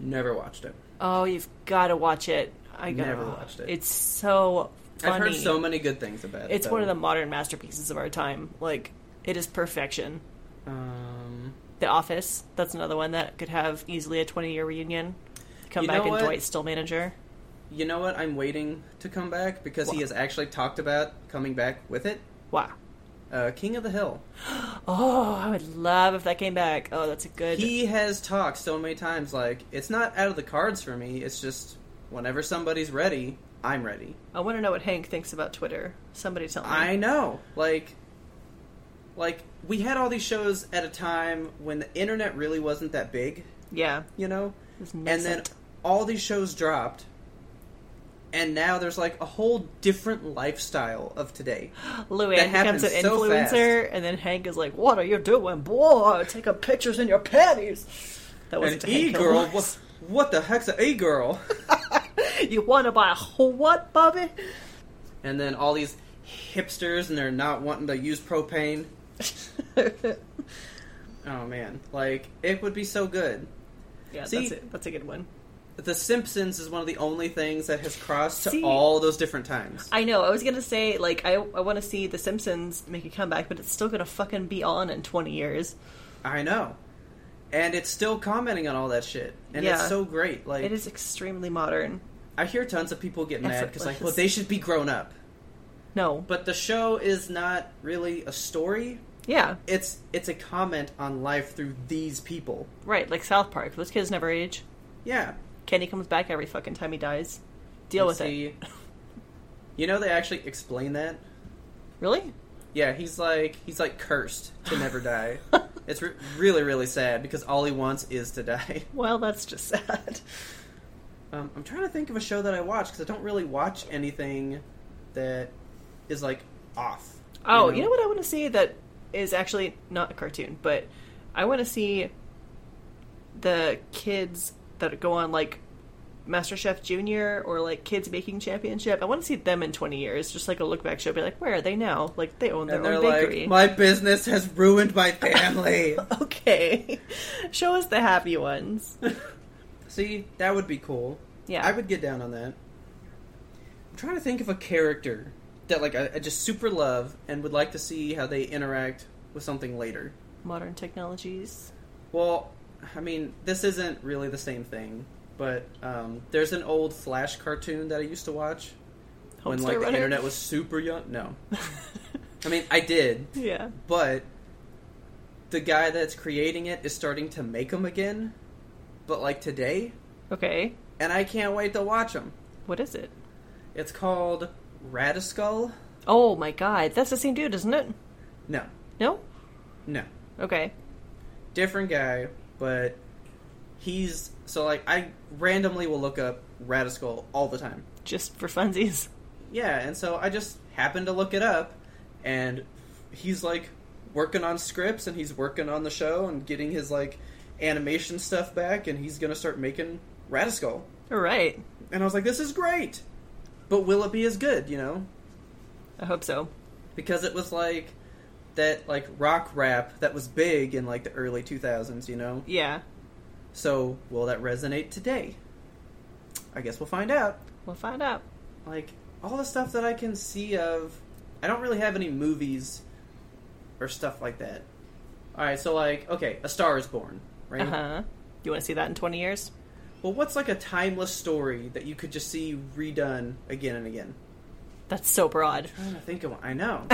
Never watched it.
Oh, you've got to watch it. I got
Never watched it.
It's so funny.
I've heard so many good things about it.
It's one of the
though.
modern masterpieces of our time. Like it is perfection.
Um,
The Office. That's another one that could have easily a 20 year reunion. Come
You
back
know
and
what?
Dwight's still manager.
you know what? I'm waiting to come back because he
Wha-
has actually talked about coming back with it.
Wow.
Uh, King of the Hill.
Oh, I would love if that came back. Oh, that's a good.
he has talked so many times like it's not out of the cards for me it's just whenever somebody's ready i'm ready
I want to know what Hank thinks about Twitter. Somebody tell me.
i know like like we had all these shows at a time when the internet really wasn't that big
Yeah.
you know
It's
and then
nascent.
all these shows dropped and now there's like a whole different lifestyle of today
Louis
that
becomes an
happens so
influencer, and then Hank is like, "What are you doing, boy? Taking pictures in your panties." That
an
wasn't to Hank
e-girl
Hill.
what, what the heck's an e-girl
you want to buy a what, Bobby?
and then all these hipsters and they're not wanting to use propane Oh man, like it would be so good.
yeah,
See?
that's it. That's a good one.
The Simpsons is one of the only things that has crossed to
See?
all those different times.
I know. I was gonna say like I I want to see The Simpsons make a comeback, but it's still gonna fucking be on in twenty years.
I know, and it's still commenting on all that shit, and
Yeah.
it's so great. Like
It is extremely modern.
I hear tons of people get mad because like, well,
Effortless.
they should be grown up.
No.
But the show is not really a story.
Yeah.
It's it's a comment on life through these people.
Right. Like South Park. Those kids never age.
Yeah.
Kenny comes back every fucking time he dies. Deal with
Let's
it.
see. You know they actually explain that.
Really?
Yeah, he's like he's like cursed to never die. it's re- really really sad because all he wants is to die.
Well, that's just sad.
Um, I'm trying to think of a show that I watch because I don't really watch anything that is like off.
Oh, you know what I want to see that is actually not a cartoon, but I want to see the kids that go on like MasterChef Junior or like Kids Baking Championship. I want to see them in 20 years, just like a look back show. Be like, where are they now? Like they own their
And they're
own
like,
bakery.
my business has ruined my family.
okay, show us the happy ones.
See, that would be cool.
Yeah.
I would get down on that. I'm trying to think of a character that like I, I just super love and would like to see how they interact with something later.
Modern technologies.
Well, I mean, this isn't really the same thing, but um, there's an old Flash cartoon that I used to watch when
Homestar
like the
Runner.
internet was super young. No, I mean I did,
yeah.
but the guy that's creating it is starting to make them again, but like today,
Okay.
and I can't wait to watch them.
What is it?
It's called Radiskull.
Oh my god, that's the same dude, isn't it?
No,
No.
no,
Okay.
different guy, but he's so like I randomly will look up Radiskull all the time.
Just for funsies.
Yeah, and so I just happened to look it up, and he's like working on scripts and he's working on the show and getting his like animation stuff back, and he's gonna start making Radiskull.
All right.
And I was like, this is great, but will it be as good? You know,
I hope so.
because it was like that like rock rap that was big in like the early 2000s. You know,
Yeah,
so will that resonate today? I guess we'll find out.
we'll find out.
like all the stuff that I can see of. I don't really have any movies or stuff like that. All right, so like okay, A Star Is Born, right?
Uh huh. You want to see that in 20 years?
Well, what's like a timeless story that you could just see redone again and again?
That's so broad.
I'm trying to think of one. I know.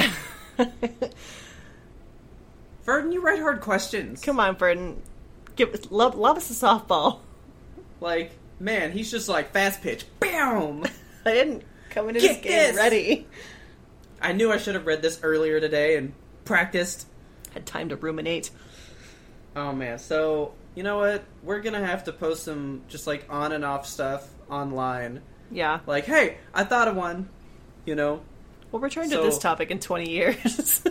Verdon, you write hard questions.
Come on, Burton. Give us, lob, lob us a softball.
Like, man, he's just like fast pitch. Bam!
I didn't come into this
Get
game
this!
ready.
I knew I should have read this earlier today and practiced.
Had time to ruminate.
Oh man, so you know what? We're gonna have to post some just like on and off stuff online.
Yeah.
Like, hey, I thought of one. You know,
We'll return to
So-
this topic in 20 years.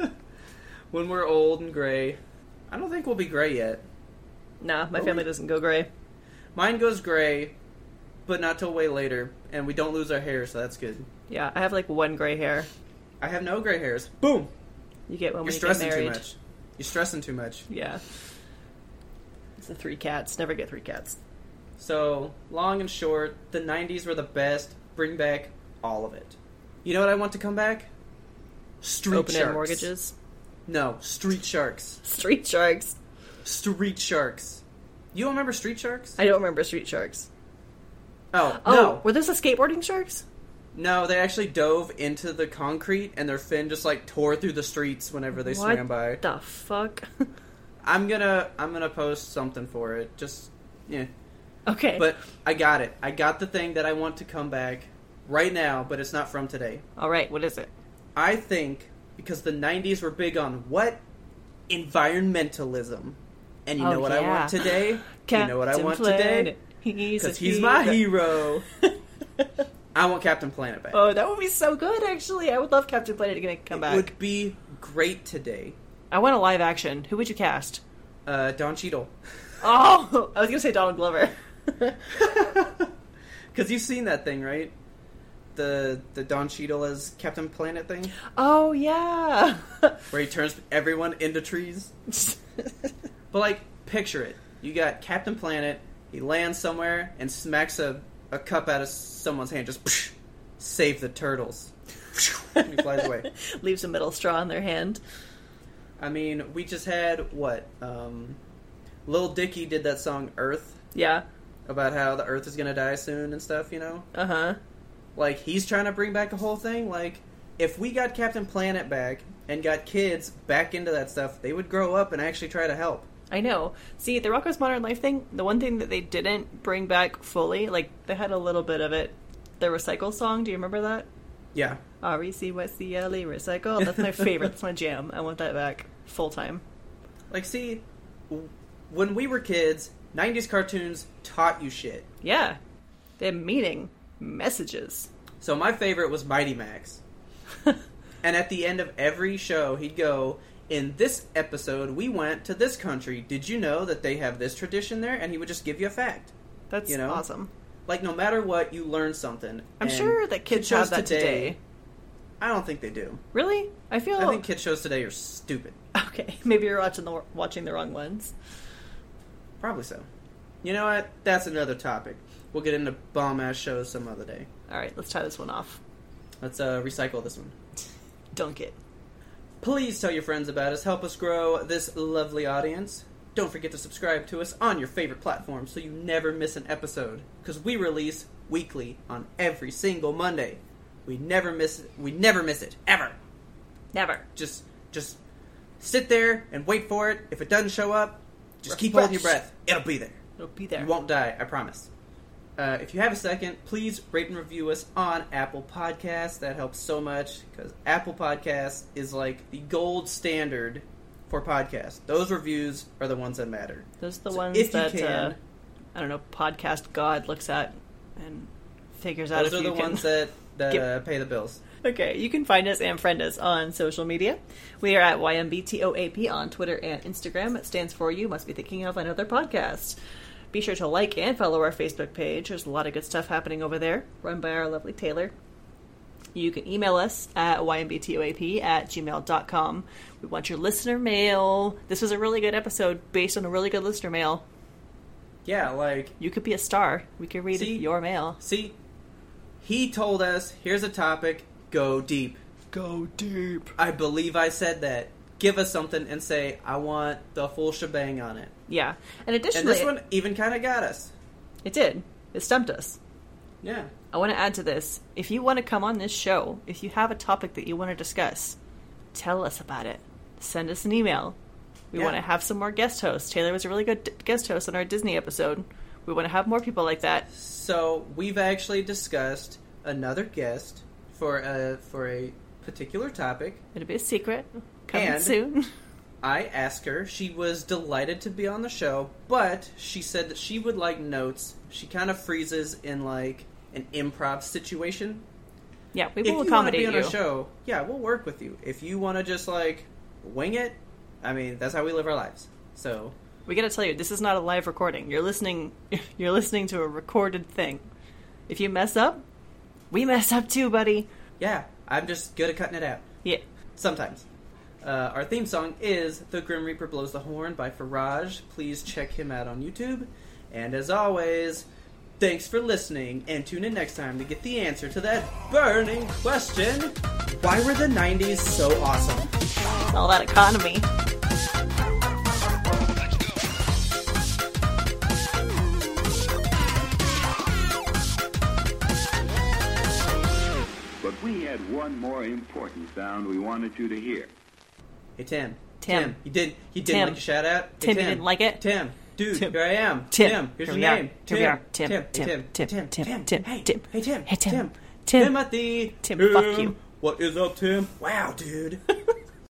when we're old and gray. I don't think we'll be gray yet.
nah, my
Well,
family
we-
doesn't go gray.
Mine goes gray, but not till way later, and we don't lose our hair, so that's good.
Yeah, I have like one gray hair.
I have no gray hairs. Boom!
You get one when
You're
you get
stressing too
married.
much. You're stressing too much.
Yeah. It's the three cats. Never get three cats.
So, long and short, the 90s were the best. Bring back all of it. You know what I want to come back? Street
Open
sharks.
end mortgages.
No, street sharks.
Street sharks.
Street sharks. You don't remember street sharks?
I don't remember street sharks.
Oh,
Oh,
no.
were those the skateboarding sharks?
No, they actually dove into the concrete and their fin just like tore through the streets whenever they
what
swam by.
the fuck?
I'm gonna I'm gonna post something for it. Just yeah.
okay.
But I got it. I got the thing that I want to come back right now, but it's not from today.
all right, what is it?
I think because the nineties were big on what? Environmentalism. And you
Oh,
know what I
yeah.
want today? you know what I
Captain
want today?
Planet, He's a
Because he's my hero.
hero.
I want Captain Planet back.
oh, that would be so good. Actually, I would love Captain Planet to get- come back.
It would be great today.
I want a live action. Who would you cast?
Uh, Don Cheadle.
Oh, I was gonna say Donald Glover.
Because you've seen that thing, right? The the Don Cheadle as Captain Planet thing,
oh yeah.
where he turns everyone into trees. But like, picture it: you got Captain Planet. He lands somewhere and smacks a, a cup out of someone's hand. Just psh, save the turtles. And he flies away.
Leaves a metal straw in their hand.
I mean, we just had what? Um, Lil Dicky did that song Earth.
Yeah.
about how the Earth is gonna die soon and stuff. You know,
Uh huh.
like he's trying to bring back the whole thing. Like if we got Captain Planet back and got kids back into that stuff, they would grow up and actually try to help.
I know. See, the Rocko's Modern Life thing, the one thing that they didn't bring back fully, like they had a little bit of it. The recycle song, do you remember that?
Yeah,
R E C Y C L E recycle. That's my favorite. That's my jam. I want that back full time.
like see, w- when we were kids, '90s cartoons taught you shit.
Yeah. They're meaning messages.
So my favorite was Mighty Max. and at the end of every show, he'd go, "In this episode, we went to this country. Did you know that they have this tradition there?" And he would just give you a fact.
That's
You know?
awesome.
Like no matter what, you learn something.
I'm
And
sure that kids
kid shows
have that today.
I don't think they do.
Really? I feel
I think kid shows today are stupid.
okay. Maybe you're watching the watching the wrong ones.
Probably so. You know what? That's another topic. We'll get into bomb ass shows some other day.
All right, let's tie this one off.
Let's uh, recycle this one.
Dunk it.
Please tell your friends about us. Help us grow this lovely audience. Don't forget to subscribe to us on your favorite platform so you never miss an episode because we release weekly on every single Monday. We never miss it. We never miss it ever.
Never.
Just just sit there and wait for it. If it doesn't show up, just keep
Refresh.
holding your breath. It'll be there.
It'll be there.
You won't die, I promise. Uh, if you have a second, please rate and review us on Apple Podcasts. That helps so much because Apple Podcasts is like the gold standard for podcasts. Those reviews are the ones that matter.
Those are the
So
ones
if you
that
can-
uh, I don't know. Podcast God looks at and figures out
Those
if
are
you
the
can.
ones that, that
Give-
uh, pay the bills.
Okay, you can find us and friend us on social media. We are at YMBTOAP on Twitter and Instagram. It stands for You Must Be Thinking of Another Podcast. Be sure to like and follow our Facebook page. There's a lot of good stuff happening over there, run by our lovely Taylor. You can email us at YMBTOAP at gmail.com. We want your listener mail. This was a really good episode based on a really good listener mail.
Yeah, like,
You could be a star. We could read
See?
your mail.
see, he told us here's a topic, go deep.
Go deep.
I believe I said that. Give us something and say, I want the full shebang on it.
Yeah. And
And
additionally,
this one even kind of got us.
it did. It stumped us.
Yeah.
I want to add to this. If you want to come on this show, if you have a topic that you want to discuss, tell us about it. Send us an email. We
Yeah.
want to have some more guest hosts. Taylor was a really good d- guest host on our Disney episode. We want to have more people like that.
So we've actually discussed another guest for a for a particular topic.
It'll be a secret. Coming
And-
soon.
I asked her. She was delighted to be on the show, but she said that she would like notes. She kind of freezes in like an improv situation.
yeah, we
if you
will
want to
accommodate
be on
you.
our show, yeah, we'll work with you. If you want to just like wing it, I mean, that's how we live our lives. So
We got to tell you, this is not a live recording. You're listening. You're listening to a recorded thing. If you mess up, we mess up too, buddy.
yeah, I'm just good at cutting it out.
Yeah.
Sometimes. Uh, our theme song is The Grim Reaper Blows the Horn by Faraj. Please check him out on YouTube. And as always, thanks for listening and tune in next time to get the answer to that burning question Why were the 90s so awesome?
All that economy.
But we had one more important sound we wanted you to hear.
Hey, Tim.
Tim.
you didn't, you didn't
Tim.
like a shout out? Hey,
Tim, you didn't like it?
Tim. Dude,
Tim.
here I am.
Tim.
Here's
Here
your
we are.
name.
Here we are. Tim.
Tim.
Tim.
Hey,
Tim. Tim.
Tim. Tim.
Tim.
Hey,
Tim.
Hey, Tim.
Hey, Tim.
Tim.
Tim.
Timothy.
Tim, fuck you.
What is up, Tim? Wow, dude.